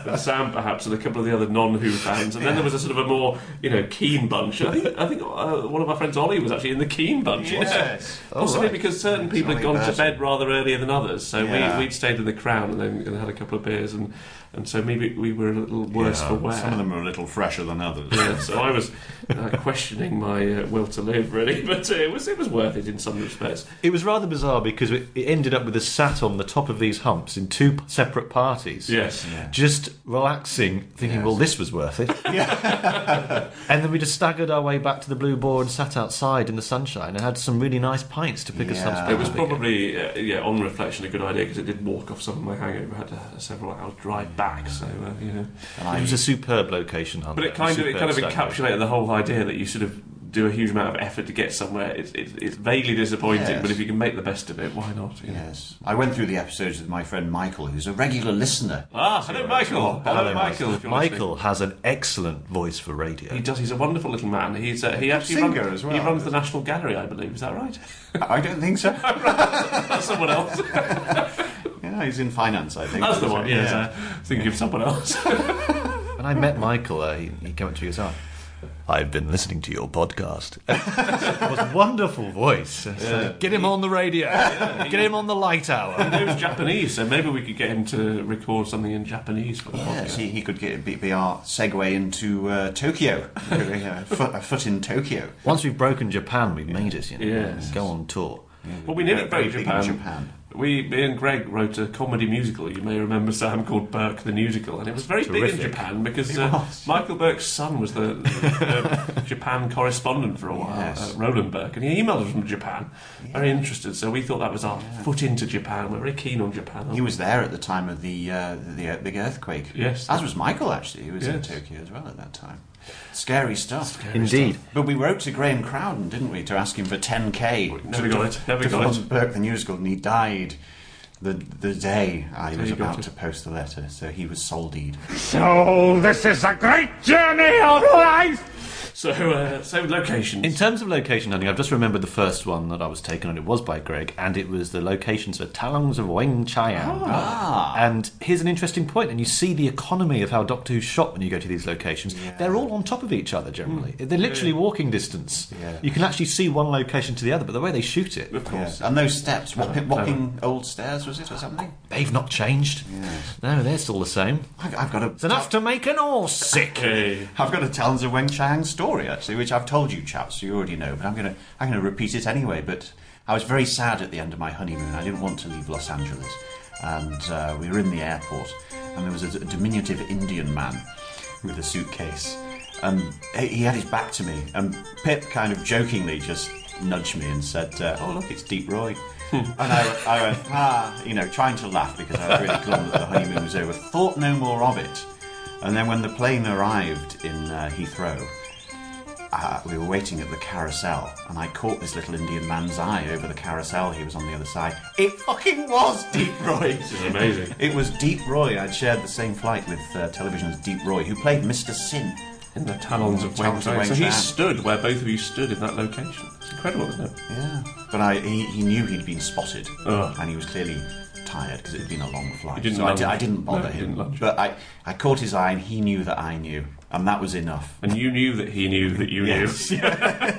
D: And Sam, perhaps, and a couple of the other non-Who fans. And then there was a sort of a more, you know, keen bunch. I think, I think uh, one of our friends, Ollie, was actually in the keen bunch. wasn't he?
C: Yes.
D: Possibly because certain people had
C: Ollie
D: gone to
C: Burton.
D: bed rather earlier than others, so
C: Yeah.
D: we, we'd stayed in the crown and then and had a couple of beers, and, and so maybe we were a little worse for wear.
C: Some of them are a little fresher than others.
D: Yeah, so I was uh, questioning my uh, will to live, really, but uh, it was it was worth it in some respects.
B: It was rather bizarre because it it ended up with us sat on the top of these humps in two p- separate parties.
D: Yes.
B: Just relaxing, thinking, well, this was worth it. and then we just staggered our way back to the Blue Boar and sat outside in the sunshine and had some really nice pints to pick us up.
C: Yeah.
B: some
D: It was probably, uh, yeah, on reflection, a good idea because it did walk off some of my hangover. I had a, a several hours drive back, so uh, you know.
C: And I-
B: It was a superb location hunt.
D: But it kind of it kind of encapsulated the whole idea that you sort of do a huge amount of effort to get somewhere. It's it's, it's vaguely disappointing,
C: Yes.
D: but if you can make the best of it, why not? you know?
C: Yes. I went through the episodes with my friend Michael, who's a regular listener.
D: Ah, hello, Michael. Hello, Michael. if you're
B: Michael has an excellent voice for radio.
D: He does. He's a wonderful little man. He's uh, he actually
C: singer
D: runs,
C: as well.
D: He runs the National Gallery, I believe. Is that right?
C: I don't think so.
D: That's someone else.
C: yeah, he's in finance, I think.
D: That's the one. Yes,
C: Yeah.
D: I think of someone else.
B: When I met Michael, uh, he, he came up to me and said, "Oh, I've been listening to your podcast. it was a wonderful voice. It's like, Get him on the radio. Get him on the light hour.
D: he knows Japanese, so maybe we could get him to record something in Japanese for the
C: Yes,
D: podcast.
C: he, he could get, be, be our segue into uh, Tokyo. a, foot, a foot in Tokyo.
B: Once we've broken Japan, we've made it, you know.
D: Yes.
B: Go on tour.
D: Well, we nearly
C: Very
D: broke
C: big in
D: Japan.
C: Japan.
D: we, me and Greg wrote a comedy musical. You may remember Sam called Burke the Musical, and it was very big in
C: Terrific.
D: Japan because
C: It
D: uh,
C: was.
D: Michael Burke's son was the, the uh, Japan correspondent for a while,
C: Yes.
D: uh, Roland Burke, and he emailed us from Japan, very interested. So we thought that was our foot into Japan. We're very keen on Japan. aren't
C: He
D: we?
C: was there at the time of the uh, the uh, big earthquake.
D: Yes.
C: as was Michael. Actually, he was in
D: Yes.
C: Tokyo as well at that time. Scary stuff.
B: Indeed.
C: stuff. But we wrote to Graham Crowden, didn't we, to ask him for 10k? to,
D: never got it, never
C: to
D: got
C: fund
D: it.
C: Burke the musical, and he died the the day I was
D: you got
C: about
D: it.
C: to post the letter. So he was soldied.
K: So Oh, this is a great journey of life.
D: So, uh, so locations.
B: In terms of location hunting, I've just remembered the first one that I was taken on. It was by Greg, and it was the locations of Talongs of Wang Chiang. And here's an interesting point, and you see the economy of how Doctor Who shot when you go to these locations. They're all on top of each other generally. They're literally walking distance.
C: Yeah.
B: You can actually see one location to the other, but the way they shoot it,
D: of course. Uh,
C: Yes. And those steps, whopping, whopping old stairs, was it, or something?
B: they've not changed. No, they're still the same.
C: I- I've got a.
B: It's enough to make an all sick.
D: Okay.
C: I've got a Talons of Weng Chang story actually, which I've told you, chaps, so you already know, but I'm gonna I'm gonna repeat it anyway. But I was very sad at the end of my honeymoon. I didn't want to leave Los Angeles, and uh, we were in the airport, and there was a, a diminutive Indian man with a suitcase, and he, he had his back to me, and Pip kind of jokingly just nudged me and said, uh, "Oh look, it's Deep Roy." and I, I went, ah, you know, trying to laugh because I was really glum that the honeymoon was over. Thought no more of it. And then when the plane arrived in uh, Heathrow, uh, we were waiting at the carousel, and I caught this little Indian man's eye over the carousel. He was on the other side. It fucking was Deep Roy. this is
D: amazing.
C: It was Deep Roy. I'd shared the same flight with uh, television's Deep Roy, who played Mr. Sin.
D: In the talons of Wang
C: Talons of
D: Chang. So
C: Wang
D: he
C: Chang.
D: stood where both of you stood in that location. It's incredible, isn't it?
C: Yeah. But I, he, he knew he'd been spotted,
D: Ugh.
C: and he was clearly tired because it had been a long flight.
D: You didn't
C: so I,
D: lunge.
C: di- I didn't bother
D: No, you
C: him.
D: didn't lunge.
C: but I, I caught his eye, and he knew that I knew, and that was enough.
D: And you knew that he knew that you
C: Yes.
D: knew.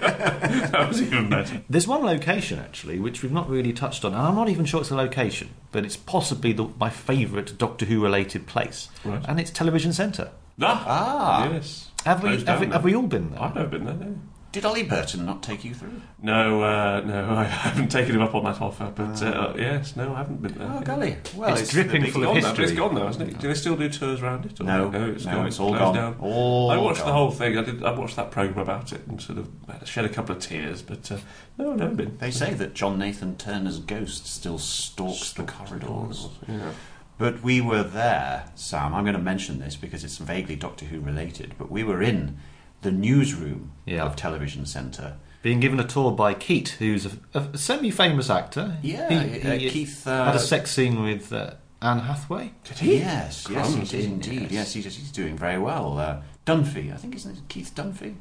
D: that was even better.
B: There's one location actually which we've not really touched on, and I'm not even sure it's a location, but it's possibly the, my favourite Doctor Who related place,
D: Right.
B: and it's Television Centre.
D: Ah, yes.
B: Have we,
D: Closed
B: have,
D: down
B: we,
D: now.
B: have we all been there?
D: I've never been there. No,
C: Did Ollie Burton not take you through?
D: no, uh, no I haven't taken him up on that offer. But uh, yes, no, I haven't been there.
C: Oh, golly. Well,
B: It's
C: the
B: dripping
C: big
B: full of
D: Gone now,
B: history.
D: but it's gone now, isn't it? Do they still do tours around it? Or
C: No,
D: it's
C: no,
D: gone.
C: it's all
D: closed
C: gone.
D: Down.
C: All
D: I watched the
C: gone.
D: whole thing. I did. I watched that program about it and sort of uh, shed a couple of tears. But uh, no, I've never been.
C: They say that John Nathan Turner's ghost still stalks the corridors.
D: Yeah.
C: But we were there, Sam. I'm going to mention this because it's vaguely Doctor Who related. But we were in the newsroom
B: Yeah.
C: of Television Centre.
B: Being given a tour by Keith, who's a, a semi-famous actor.
C: Yeah, uh, Keith, uh,
B: had a sex scene with uh, Anne Hathaway.
D: Did he?
C: Yes, yes, he
D: Crumbs,
C: did
D: didn't
C: indeed. Yes,
D: he?
C: he does- he's doing very well. Uh, Dunphy, I think his name is Keith Dunphy.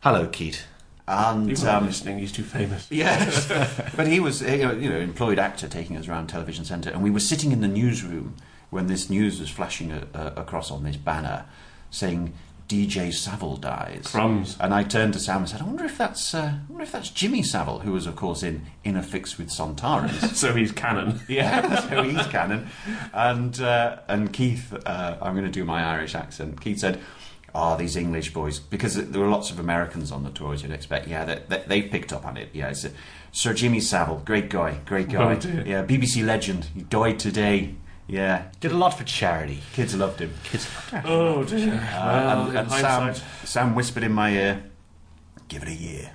B: Hello, Keith.
C: And
D: People aren't
C: um,
D: listening. He's too famous.
C: Yes, but he was uh, you know employed actor taking us around Television Centre, and we were sitting in the newsroom when this news was flashing uh, uh, across on this banner saying DJ Savile dies.
D: Crumbs.
C: And I turned to Sam and said, "I wonder if that's uh, I wonder if that's Jimmy Savile, who was of course in In a Fix with Sontarans."
D: So he's canon.
C: yeah, so he's canon. And uh, and Keith, uh, I'm going to do my Irish accent. Keith said. Ah, these English boys, because there were lots of Americans on the tour, as you'd expect. Yeah, they, they, they've picked up on it. Yeah, it's, uh, Sir Jimmy Savile, great guy, great guy.
D: Oh, dear.
C: yeah, BBC legend. He died today. Yeah,
B: Did a lot for charity.
C: kids loved him. Kids
D: Oh dear. Well,
C: and
D: in
C: and Sam,
D: hindsight-
C: Sam whispered in my ear, "Give it a year."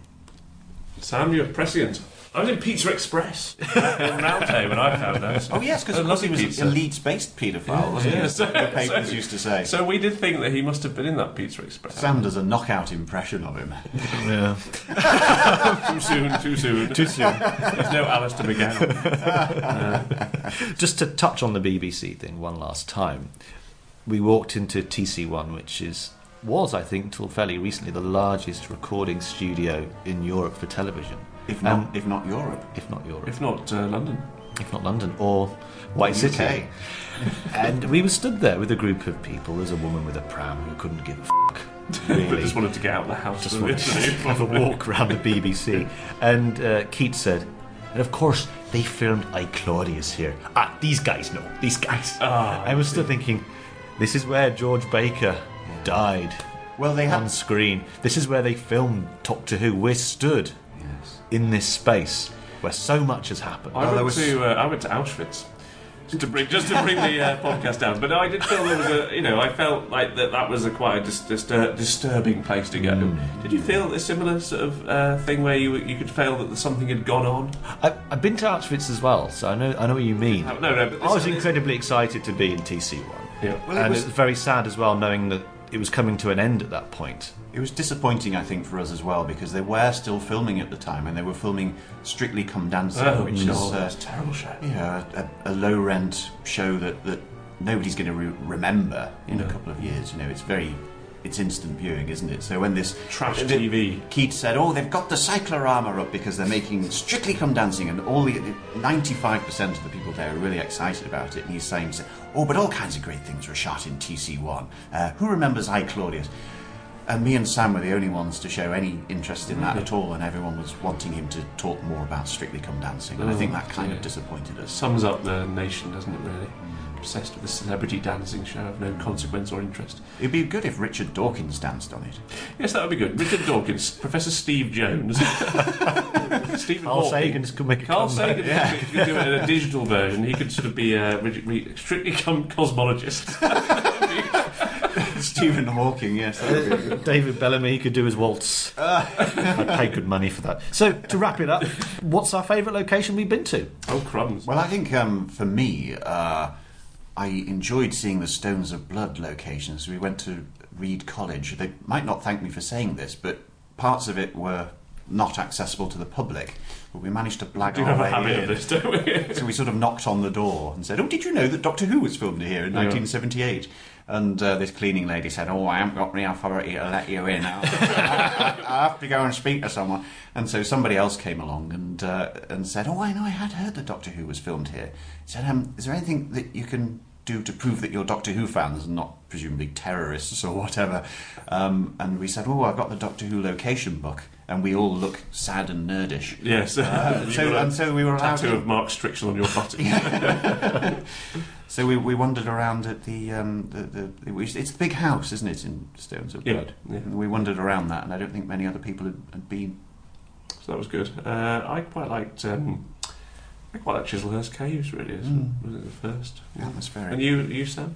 D: Sam, you're prescient. I was in Pizza Express in Roundhay when I found out.
C: Oh yes, because
D: I
C: of course
D: love
C: he was
D: pizza.
C: a Leeds-based paedophile, wasn't he?
D: Yeah, so-
C: the papers
D: so-
C: used to say.
D: So we did think that he must have been in that Pizza Express.
C: Sam does a knockout impression of him.
B: Yeah.
D: too soon, too soon. Too soon. There's no Alistair McGowan.
B: Just to touch on the BBC thing one last time, we walked into TC1, which is was I think till fairly recently the largest recording studio in Europe for television,
C: If not,
B: Um,
C: if not Europe,
B: if not Europe,
D: If not uh, London.
B: if, not London or White
C: UK.
B: City. and we were stood there with a group of people. There's a woman with a pram who couldn't give a f-
D: But
B: really.
D: just wanted to get out of the house.
B: Just
D: didn't
B: wanted
D: we?
B: to have a walk around the BBC. And uh, Keats said, and of course, they filmed I Claudius here. Ah, these guys know. These guys. I was still thinking, this is where George Baker died
C: Well, they
B: on
C: had
B: screen. This is where they filmed Doctor Who. We're stood in this space. where so much has happened.
D: I,
B: Oh,
D: went
B: there was-
D: to, uh, I went to Auschwitz just to bring just to bring the uh, podcast down. But I did feel there was a you know I felt like that that was a quite a dis- distur- disturbing place to go. Did you feel a similar sort of uh, thing where you you could feel that something had gone on?
B: I, I've been to Auschwitz as well, so I know I know what you mean.
D: No, no. But this,
B: I was incredibly excited to be in TC1.
D: Yeah.
C: Well, it
B: and
C: was-
B: it was very sad as well knowing that it was coming to an end at that point.
C: It was disappointing, I think, for us as well because they were still filming at the time, and they were filming Strictly Come Dancing,
D: Oh,
C: which
D: God,
C: is uh,
D: that's a terrible show.
C: Yeah, a, a low rent show that, that nobody's going to re- remember in a couple of years. You know, it's very it's instant viewing, isn't it? So when this
D: Trash
C: the-
D: TV.
C: Keat said, "Oh, they've got the cyclorama up because they're making Strictly Come Dancing," and all the ninety-five percent of the people there are really excited about it. And he's saying, "Oh, but all kinds of great things were shot in TC1. Uh, who remembers I Claudius?" And me and Sam were the only ones to show any interest in that
D: Mhm.
C: at all, and everyone was wanting him to talk more about Strictly Come Dancing. And I think that kind of disappointed us.
D: sums up the nation, doesn't it? Really obsessed with a celebrity dancing show of no consequence or interest.
C: It'd be good if Richard Dawkins danced on it.
D: Yes, that would be good. Richard Dawkins, Professor Steve Jones, Stephen
B: Carl
D: Hawking.
B: Sagan's could make a
D: Carl
B: comeback.
D: Sagan
B: Yeah.
D: could, could do it in a digital version. He could sort of be a re- re- strictly come cosmologist.
C: Stephen Hawking, yes. that would be good.
B: David Bellamy could do his waltz.
D: Ah.
B: I'd pay good money for that. So, to wrap it up, what's our favourite location we've been to?
D: oh crumbs!
C: Well, I think um, for me, uh, I enjoyed seeing the Stones of Blood locations. We went to Reed College. They might not thank me for saying this, but parts of it were not accessible to the public. But we managed to blag
D: do
C: our
D: have a
C: way
D: habit of
C: in.
D: this, don't we?
C: So we sort of knocked on the door and said, "Oh, did you know that Doctor Who was filmed here in 1978?" And uh, this cleaning lady said, "Oh, I haven't got any authority to let you in. I, I, I have to go and speak to someone." And so somebody else came along and uh, and said, "Oh, I know. I had heard that Doctor Who was filmed here." He said, um, "Is there anything that you can do to prove that you're Doctor Who fans and not presumably terrorists or whatever?" Um, and we said, "Oh, I've got the Doctor Who location book." And we all look sad and nerdish.
D: yes.
C: Uh,
D: You've
C: so,
D: got a
C: and so we were allowed
D: tattoo
C: in.
D: of Mark Strickland on your buttock.
C: So we, we wandered around at the um the, the it was, it's the big house, isn't it, in Stones of
D: Yeah,
C: Blood?
D: yeah.
C: And we wandered around that, and I don't think many other people had, had been.
D: So that was good. Uh, I quite liked. Um, I quite like Chislehurst Caves. Really, is was it the first?
C: Atmospheric.
D: And you, you Sam?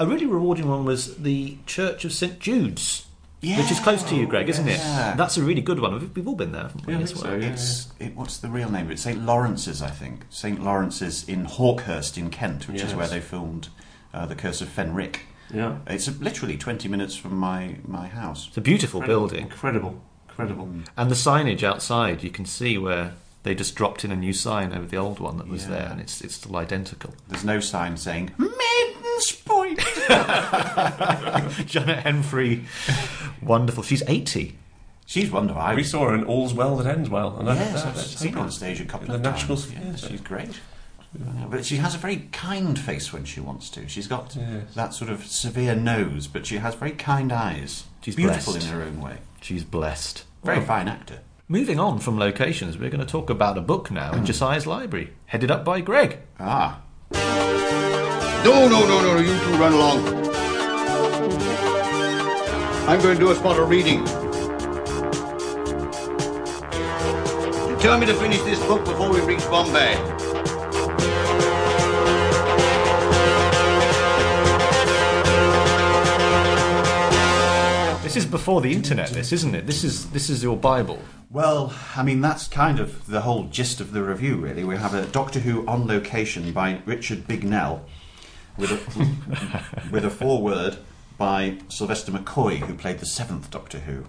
B: A really rewarding one was the Church of St Jude's. Which is close to you, Greg, isn't it?
C: Yeah.
B: That's a really good one. We've we've all been there, haven't we?
D: Yeah, I
B: as
D: think
B: well?
D: so, Oh, yeah.
C: It's it, what's the real name? of it? It's St Lawrence's, I think. St Lawrence's in Hawkhurst in Kent, which is
D: Yes.
C: where they filmed uh, the Curse of Fenric.
D: Yeah.
C: It's literally twenty minutes from my my house.
B: It's a beautiful building.
D: Incredible. Incredible.
B: And the signage outside, you can see where they just dropped in a new sign over the old one that was there, and it's, it's still identical.
C: There's no sign saying Maiden's Point.
B: Janet Henfrey, wonderful. She's 80.
C: She's wonderful. I
D: We saw her in All's Well That Ends Well. And I-
C: Yes,
D: that-
C: I've
D: that's
C: seen her on stage a couple
D: the
C: of
D: National
C: times.
D: Theatre.
C: Yeah, she's great. But she has a very kind face when she wants to. She's got
D: Yes.
C: that sort of severe nose, but she has very kind eyes.
B: She's
C: beautiful
B: blessed.
C: in her own way.
B: She's blessed.
C: Very
B: Well,
C: fine actor.
B: Moving on from locations, we're going to talk about a book now in Josiah's library, headed up by Greg.
C: Ah,
L: No, no, no, no, no, you two run along. I'm going to do a spot of reading. You tell me to finish this book before we reach Bombay.
B: This is before the internet, this isn't it? This is this is your Bible.
C: Well, I mean, that's kind of the whole gist of the review, really. We have a Doctor Who on location by Richard Bignell with a, with a foreword by Sylvester McCoy, who played the seventh Doctor Who.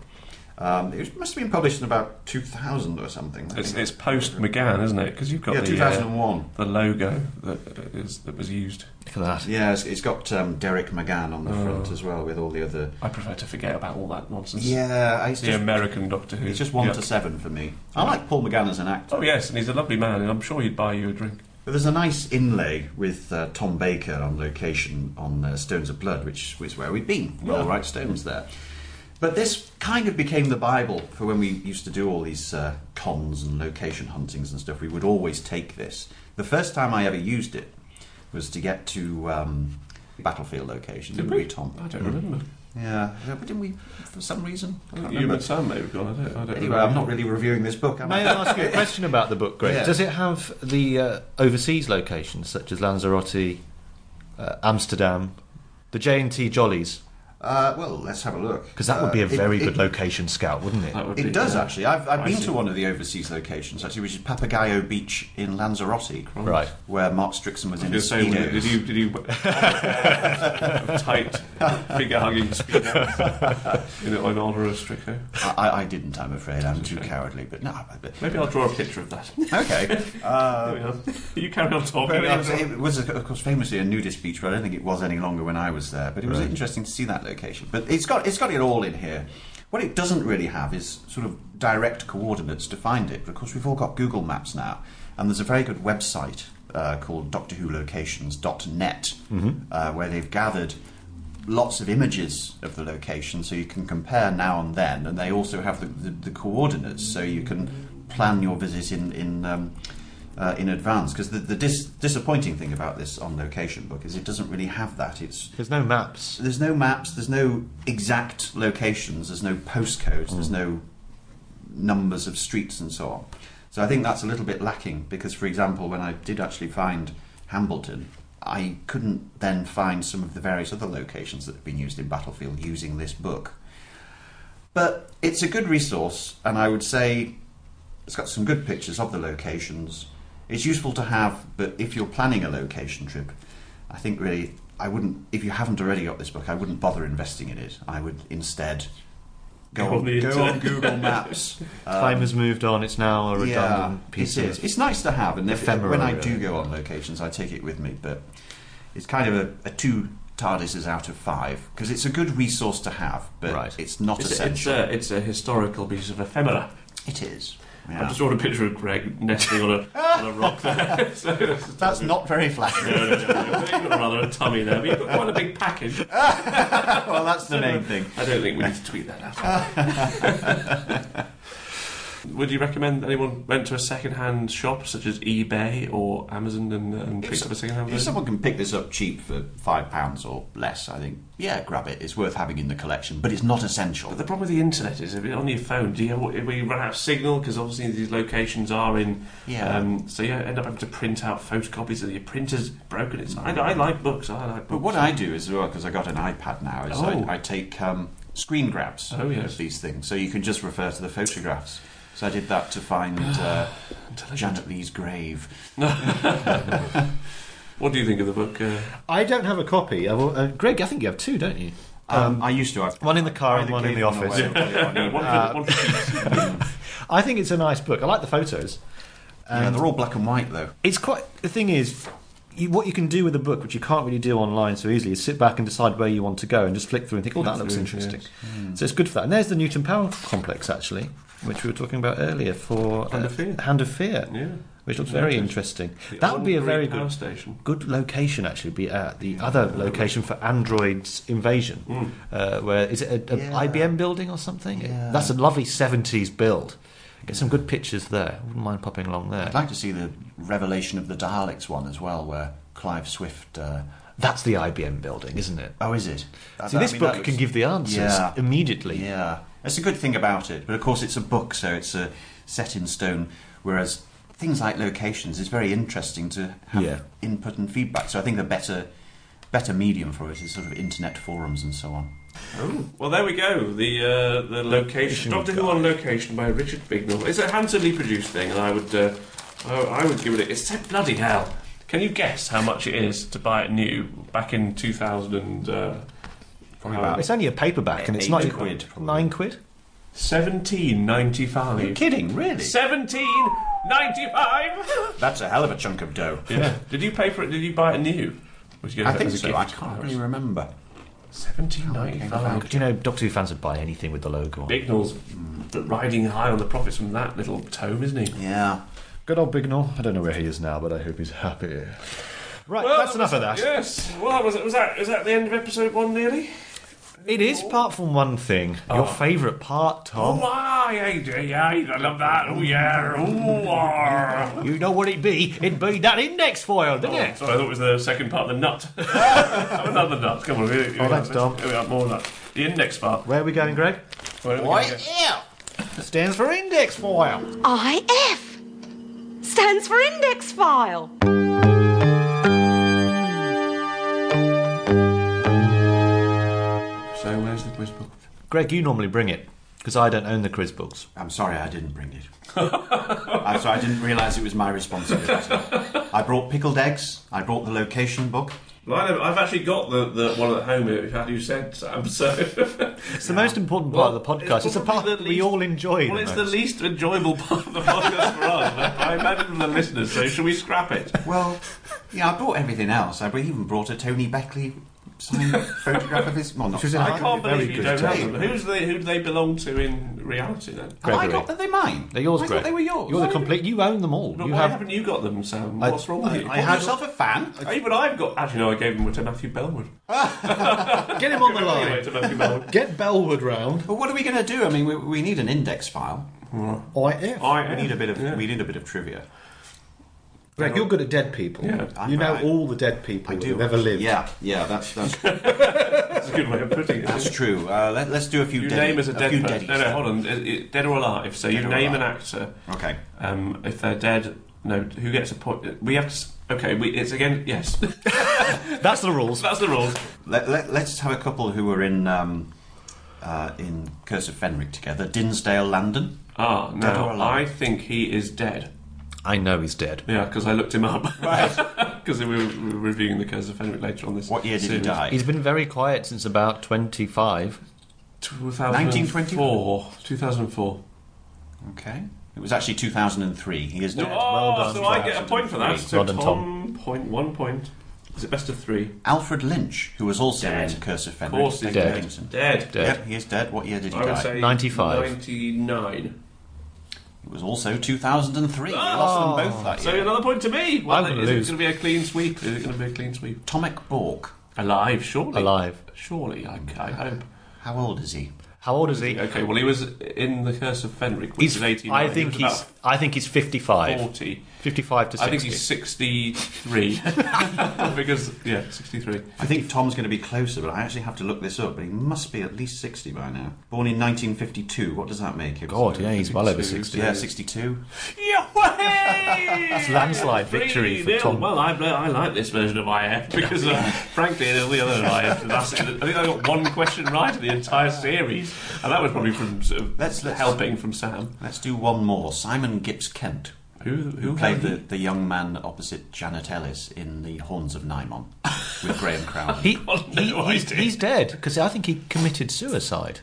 C: Um, it was- must have been published in about 2000 or something.
D: It's, it's post McGann, isn't it? Because you've got
C: Yeah,
D: the,
C: 2001.
D: uh, the logo that uh, is that was used.
B: Look at that.
C: Yeah, it's, it's got um, Derek McGann on the front as well, with all the other.
D: I prefer to forget about all that nonsense.
C: Yeah, I, it's,
D: the
C: just,
D: American Doctor Who.
C: it's just one
D: Yeah.
C: to seven for me. I like Paul McGann as an actor.
D: Oh yes, and he's a lovely man, and I'm sure he'd buy you a drink.
C: But there's a nice inlay with uh, Tom Baker on location on uh, Stones of Blood, which was where we'd been. Well, right, Stones there. But this kind of became the Bible for when we used to do all these uh, cons and location huntings and stuff. We would always take this. The first time I ever used it was to get to um, battlefield locations.
D: Did
C: with
D: we?
C: Tom. Hmm.
D: I don't remember.
C: Yeah, Uh, but didn't we, for some reason? I can't
D: You
C: remember.
D: and Sam may have gone. I don't. I don't
C: Anyway, I'm not really reviewing this book. am
B: May I ask you a question about the book, Greg?
C: Yeah.
B: Does it have the uh, overseas locations such as Lanzarote, uh, Amsterdam, the J and T Jollies?
C: Uh, well, let's have a look.
B: Because that would
C: Uh,
B: be a
C: it-
B: very
C: it-
B: good location scout, wouldn't it?
C: It does
D: uh,
C: actually. I've, I've been to one of the overseas locations actually, which is Papagayo Beach in Lanzarote,
B: Right.
C: where Mark Strickson was in
D: You're
C: his
D: saying,
C: speedos.
D: did you, did you tight figure hugging speedos in, in honour of Stricker?
C: I, I didn't, I'm afraid. I'm too cowardly, but no. But
D: Maybe I'll draw a picture of that.
C: Okay.
D: There we are. you carry on talking.
C: Well, it, was,
D: I'll-
C: it was, of course, famously a nudist beach, but I don't think it was any longer when I was there. But it was
B: Right.
C: interesting to see that location. But it's got it's got it all in here. What it doesn't really have is sort of direct coordinates to find it. But of course, we've all got Google Maps now, and there's a very good website uh, called DoctorWhoLocations.net
B: Mhm.
C: uh, where they've gathered lots of images of the location so you can compare now and then and they also have the, the, the coordinates so you can plan your visit in in um, uh, in advance because the, the dis- disappointing thing about this on location book is it doesn't really have that it's
B: There's no maps.
C: there's no maps there's no exact locations there's no postcodes there's no numbers of streets and so on so I think that's a little bit lacking because for example when I did actually find Hambleton I couldn't then find some of the various other locations that have been used in Battlefield using this book but it's a good resource, and I would say it's got some good pictures of the locations. It's useful to have, but if you're planning a location trip, I think really I wouldn't. If you haven't already got this book, I wouldn't bother investing in it. I would instead go
D: Go on
C: on,
D: the
C: go on
D: internet.
C: Google Maps.
B: Time has moved on. It's now a redundant piece
C: it
B: of.
C: is. It's nice to have, and if,
B: ephemera,
C: when I
B: really.
C: do go on locations, I take it with me. But it's kind of a, a two TARDISes out of five because it's a good resource to have, but
B: Right.
C: it's not
D: It's, uh, it's,
C: essential.
D: a, it's a historical piece of ephemera.
C: it is.
D: I've just drawn a picture of Greg nestling on a, on a rock there. so that's
C: That's not very flattering.
D: No, no, no, no. You've got rather a tummy there, but you've got quite a big package.
C: well, that's the main thing.
D: I don't think we need to tweet that out. Would you recommend anyone went to a second-hand shop such as eBay or Amazon and, and picked up a second-hand
C: If
D: version?
C: someone can pick this up cheap for five pounds or less, I think yeah, grab it. It's worth having in the collection, but it's not essential.
D: But the problem with the internet is, if it's on your phone, do you we run out of signal because obviously these locations are in.
C: Yeah.
D: Um, so you end up having to print out photocopies of your printer's broken. It's I, I like books. I like books.
C: But what I do as well, because I got an iPad now, is
D: Oh.
C: I, I take um, screen grabs
D: Oh, yes.
C: of these things, so you can just refer to the photographs. So I did that to find uh, Janet Lee's grave.
D: What do you think of the book? Uh,
B: I don't have a copy. I've, al- uh, Greg, I think you have two, don't you?
C: Um, I used to have
B: One in the car
C: I
B: and
C: either
B: one in
C: gave
B: the
C: them
B: office.
C: away or they were-
D: one for,
C: Uh,
D: one for each.
B: I think it's a nice book. I like the photos.
C: yeah, they're all black and white though.
B: It's quite the thing is, you, what you can do with a book, which you can't really do online so easily, is sit back and decide where you want to go and just flick through and think, oh, that looks interesting. So it's good for that. And there's the Newton Powell complex actually, which we were talking about earlier for uh,
D: Hand of Fear.
B: Hand of Fear,
D: Yeah.
B: which looks very interesting. Uh, That would be a
D: Old
B: very
D: Greek power
B: good
D: station.
B: good location actually be at the other location for androids invasion
C: Mm.
B: uh, where is it a, a
C: Yeah.
B: ibm building or something
C: Yeah.
B: that's a lovely 70s build get some good pictures there wouldn't mind popping along there
C: I'd like to see the revelation of the Daleks one as well, where Clive Swift. Uh,
B: that's the ibm building isn't it
C: oh, is it? That-
B: see
C: that-
B: this
C: I mean,
B: book
C: that looks-
B: can give the answers
C: Yeah.
B: immediately
C: Yeah, that's a good thing about it. But of course, it's a book, so it's a set in stone. Whereas things like locations is very interesting to have
B: Yeah.
C: input and feedback. So I think the better, better medium for it is sort of internet forums and so on.
D: Well, there we go. The uh, the location, Doctor Who on location by Richard Bignall. It's a handsomely produced thing, and I would uh, I, I would give it. A, it's a bloody hell. Can you guess how much it is to buy it new back in two thousand and uh,
C: Probably about
B: it's only a paperback and it's
C: Uh, Eight
B: not
C: quid, probably.
B: nine quid
D: seventeen ninety five?
C: kidding, really?
D: Seventeen ninety five.
C: That's a hell of a chunk of dough.
D: Yeah. Did you pay for it? Did you buy it new? Would you get
C: I
D: it
C: think
D: as a
C: so.
D: gift?
C: I can't really remember.
D: Seventeen ninety five.
B: do you know doctor who fans would buy anything with the logo on
D: Bignall's riding high on the profits from that little tome, isn't he?
C: Yeah.
B: good old bignall i don't know where he is now but i hope he's happy right
D: Well,
B: that's enough
D: was-
B: of that
D: Yes. Well, that was was that was that the end of episode one nearly?
B: It is part from one thing.
C: Oh.
B: Your favourite part, Tom.
D: Oh, aye, aye, aye, aye, I love that. Oh yeah. Oh. ah.
B: You know what it'd be? It'd be that index foil, didn't
D: Sorry, I
B: it?
D: thought it was the second part of the nut. Another nut. Come on, here, here
B: Oh, thanks, Dom.
D: Here we are, more nut. The index file.
B: Where are we going, Greg?
D: Where are we going?
B: YF stands for index file.
M: IF stands for index file.
D: So where's the quiz book?
B: Greg, you normally bring it because I don't own the quiz books.
C: I'm sorry, I didn't bring it. I'm sorry, I didn't realise it was my responsibility. I brought pickled eggs. I brought the location book.
D: Well, I don't- I've actually got the, the one at home here, which I you said, Sam. So it's
B: the most important part of the podcast. It's the part that we all enjoy.
D: Well, it's the least enjoyable part of the podcast for us. but I imagine the listeners. So should we scrap it?
C: Well, yeah, I brought everything else. I even brought a Tony Beckley signed photograph of his. Well, not
D: I can't believe you don't have them.
C: Who's
D: Who's they, who do they belong to in reality then?
B: Gregory. I got-
C: are they mine?
B: They're yours,
D: I thought
B: Greg.
D: they were yours.
B: You're the
D: Why-
B: complete. You own them all.
D: But
B: you
D: why
B: have.
D: haven't you got them, Sam?
B: I-
D: What's wrong with you?
B: I had-
D: yourself
C: a fan.
D: Even I've got. Actually, no, I gave them to Matthew Bellwood.
B: Get him on the
D: Anyway, to Matthew Bellwood.
B: Get Bellwood round.
C: But what are we going to do? I mean, we, we need an index file.
B: IF.
D: Oh,
C: we need a bit of we need a bit of trivia.
B: Greg, you're good at dead people.
C: I'm-
B: you know
C: I-
B: all the dead people
C: do.
B: who've ever lived.
C: Yeah, yeah, that's that's,
D: That's a good way of putting it.
C: that's true. Uh, let, us do a few.
D: Your
C: dead-
D: name is a dead
C: few
D: person.
C: deadies.
D: No, no, hold on. It- it- Dead or alive. So
C: Dead
D: you
C: or
D: name an
C: alive.
D: actor.
C: Okay.
D: Um, if they're dead, no. Who gets a point? We have to. s- Okay. We, it's again. Yes.
B: That's the rules.
D: That's the rules.
C: Let, let, us have a couple who were in um, uh, in Curse of Fenric together. Dinsdale Landon.
D: Ah,
C: Dead
D: now
C: or
D: I
C: alive?
D: think he is dead.
B: I know he's dead.
D: Yeah, because I looked him up. Because we were we were reviewing the Curse of Fenric later on this.
C: What year did he
D: series.
C: die?
B: He's been very quiet since about 25.
D: 2004. 2004.
C: Okay. It was actually 2003. He is
D: No,
C: dead.
D: oh, so I get a point for that. So
B: Well done,
D: Tom,
B: Tom.
D: point one point. Is it best of three?
C: Alfred Lynch, who was also
D: Dead.
C: in Curse of Fenric.
D: Of course, he's dead.
C: Dickinson.
D: Dead.
B: Dead.
C: Yep, he is dead. What year did he
D: I would
C: die?
D: say
B: 95.
D: 99.
C: It was also 2003. We lost
B: Oh.
C: them both that
D: So
C: year.
D: another point to me.
B: I'm
D: Well,
B: gonna
D: is
B: lose.
D: it going to be a clean sweep? Is it going to be a clean sweep?
C: Tomek Bork.
D: Alive, surely.
B: Alive.
D: Surely, I, I hope.
C: How old is he?
B: How old is he?
D: Okay, well, he was in the Curse of Fenric, which
B: He's,
D: is 89.
B: I
D: He
B: think
D: was
B: he's. I think he's
D: about
B: 55.
D: 40.
B: 55 to 60.
D: I think he's 63. because, yeah, 63.
C: I think Tom's going to be closer, but I actually have to look this up. But he must be at least 60 by now. Born in 1952. What does that make him?
B: God, yeah, he's well over 60.
C: Yeah, 62.
D: That's
B: landslide victory for Tom.
D: Well, I, I like this version of IF because, uh, frankly, there's the other IF. and that's it. I think I got one question right in the entire series, and that was probably from sort of
C: Let's- let's-
D: helping from Sam.
C: Let's do one more. Simon Gibbs Kent.
D: Who who
C: Who played the,
D: had-
C: the young man opposite Janet Ellis in The Horns of Nymon with Graham Crowder?
B: He, he,
D: no
B: he's,
D: idea.
B: he's dead because I think he committed suicide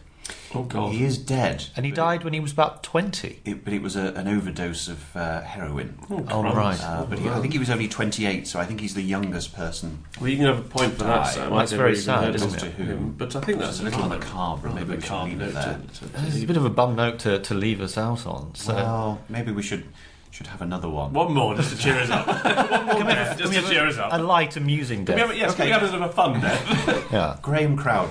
D: Oh God!
C: He is dead,
B: and he died when he was about 20.
C: it, but it was a, an overdose of uh, heroin.
B: Oh, right.
C: Uh, but he, I think he was only 28, so I think he's the youngest person.
D: Well, you can have a point for that,
C: Die.
D: Sam.
B: Well, that's
D: I
B: very
D: never even
B: sad,
D: heard
B: isn't
D: of
C: it?
D: him, But I think that's
C: It's a little
D: kind of
C: macabre, maybe we should
D: macabre
C: leave it
D: note
C: there.
D: to- to-
B: It's a bit of a bum note to, to leave us out on. So.
C: Well, Uh, maybe we should should have another one.
D: Uh, One more, just to cheer us up. One more, death, just to cheer us up.
B: a light, amusing
D: Can we
B: death.
D: have, a- yes, can we have a bit of a fun death?
B: Yeah.
C: Graham Crowder,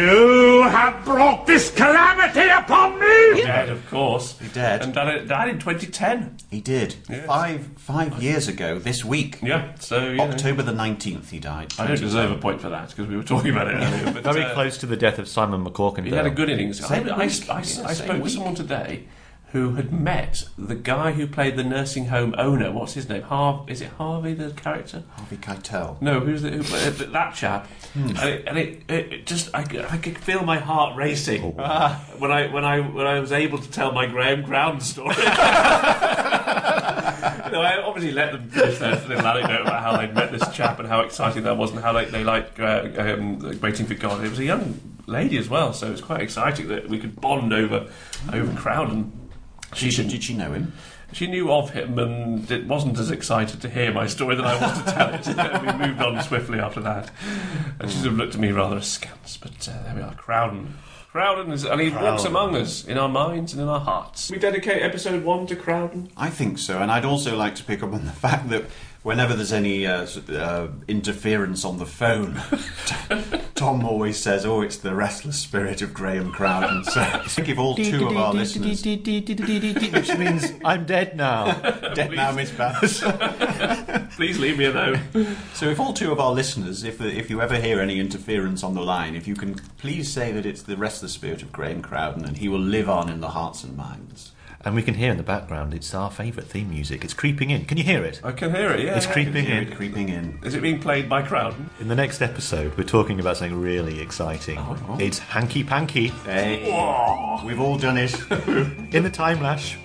K: You have brought this calamity upon me!
D: Dead, of course.
C: He dead.
D: And died, died in 2010.
C: he did
D: Yes.
C: five five years ago this week,
D: Yeah, so you know.
C: October the 19th. He died.
D: I don't deserve a point for that because we were talking about it earlier. But,
B: Very
D: uh,
B: close to the death of Simon McCorkindale.
D: He had a good innings. I,
C: Same
D: I, I, I
C: week. Yeah, same
D: spoke to
C: week.
D: someone today who had met the guy who played the nursing home owner. What's his name? Harv? Is it Harvey the character?
C: Harvey Keitel.
D: No, who's the, who, uh, that chap? And, it, and it, it it just, I, could- I could feel my heart racing when I when I when I was able to tell my Graham Crown story. you know, I obviously let them finish their little anecdote about how they met this chap and how exciting that was and how they, they liked uh, um, waiting for God. It was a young lady as well, so it was quite exciting that we could bond over over Crown. And she
C: Did she,
D: should
C: did she know him?
D: she knew of him and it wasn't as excited to hear my story that I was to tell it. we moved on swiftly after that. And she sort of looked at me rather askance, but uh, there we are, Crowden. Crowden is, and he walks among us in our minds and in our hearts. We dedicate episode one to Crowden.
C: I think so, and I'd also like to pick up on the fact that whenever there's any uh, s- uh, interference on the phone, T- Tom always says, "Oh, it's the restless spirit of Graham Crowden." So I think if all two of our listeners,
B: Which means I'm dead now.
C: dead now, Miss Bass.
D: Please leave me alone.
C: So, if all two of our listeners, if if you ever hear any interference on the line, if you can please say that it's the restless spirit of Graham Crowden, and he will live on in the hearts and minds.
B: And we can hear in the background, it's our favourite theme music. It's creeping in. Can you hear it?
D: I can hear it, yeah.
B: It's
D: yeah, I
B: creeping
D: can hear
B: in.
D: it
C: creeping in.
D: Is it being played by Crowden?
B: In the next episode, we're talking about something really exciting. It's hanky panky.
D: Oh,
C: Hey. We've all done it.
B: in the time lash,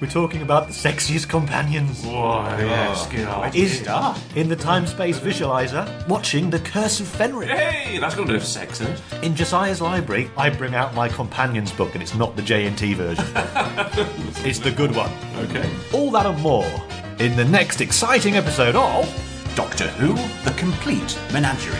B: we're talking about the sexiest companions.
D: Whoa, yes, good. Where did you
B: Is
D: start?
B: in the time space visualizer watching The Curse of Fenric.
D: Hey, that's got a bit of sex in it.
B: In Josiah's library, I bring out my companions book, and it's not the J and T version. it's the good one.
D: Okay.
B: All that and more in the next exciting episode of
C: Doctor Who: The Complete Menagerie.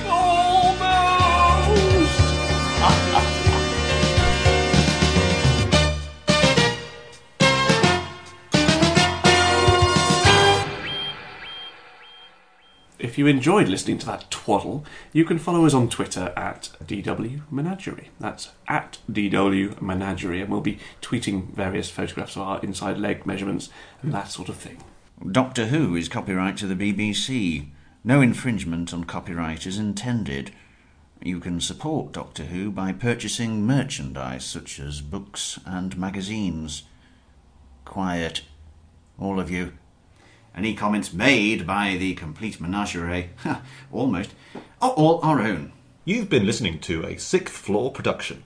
D: If you enjoyed listening to that twaddle, you can follow us on Twitter at DW Menagerie. That's at DW Menagerie, and we'll be tweeting various photographs of our inside leg measurements and that sort of thing.
C: Doctor Who is copyright to the BBC. No infringement on copyright is intended. You can support Doctor Who by purchasing merchandise such as books and magazines. Quiet, all of you. Any comments made by the complete menagerie, almost, are all our own.
B: You've been listening to a sixth floor production.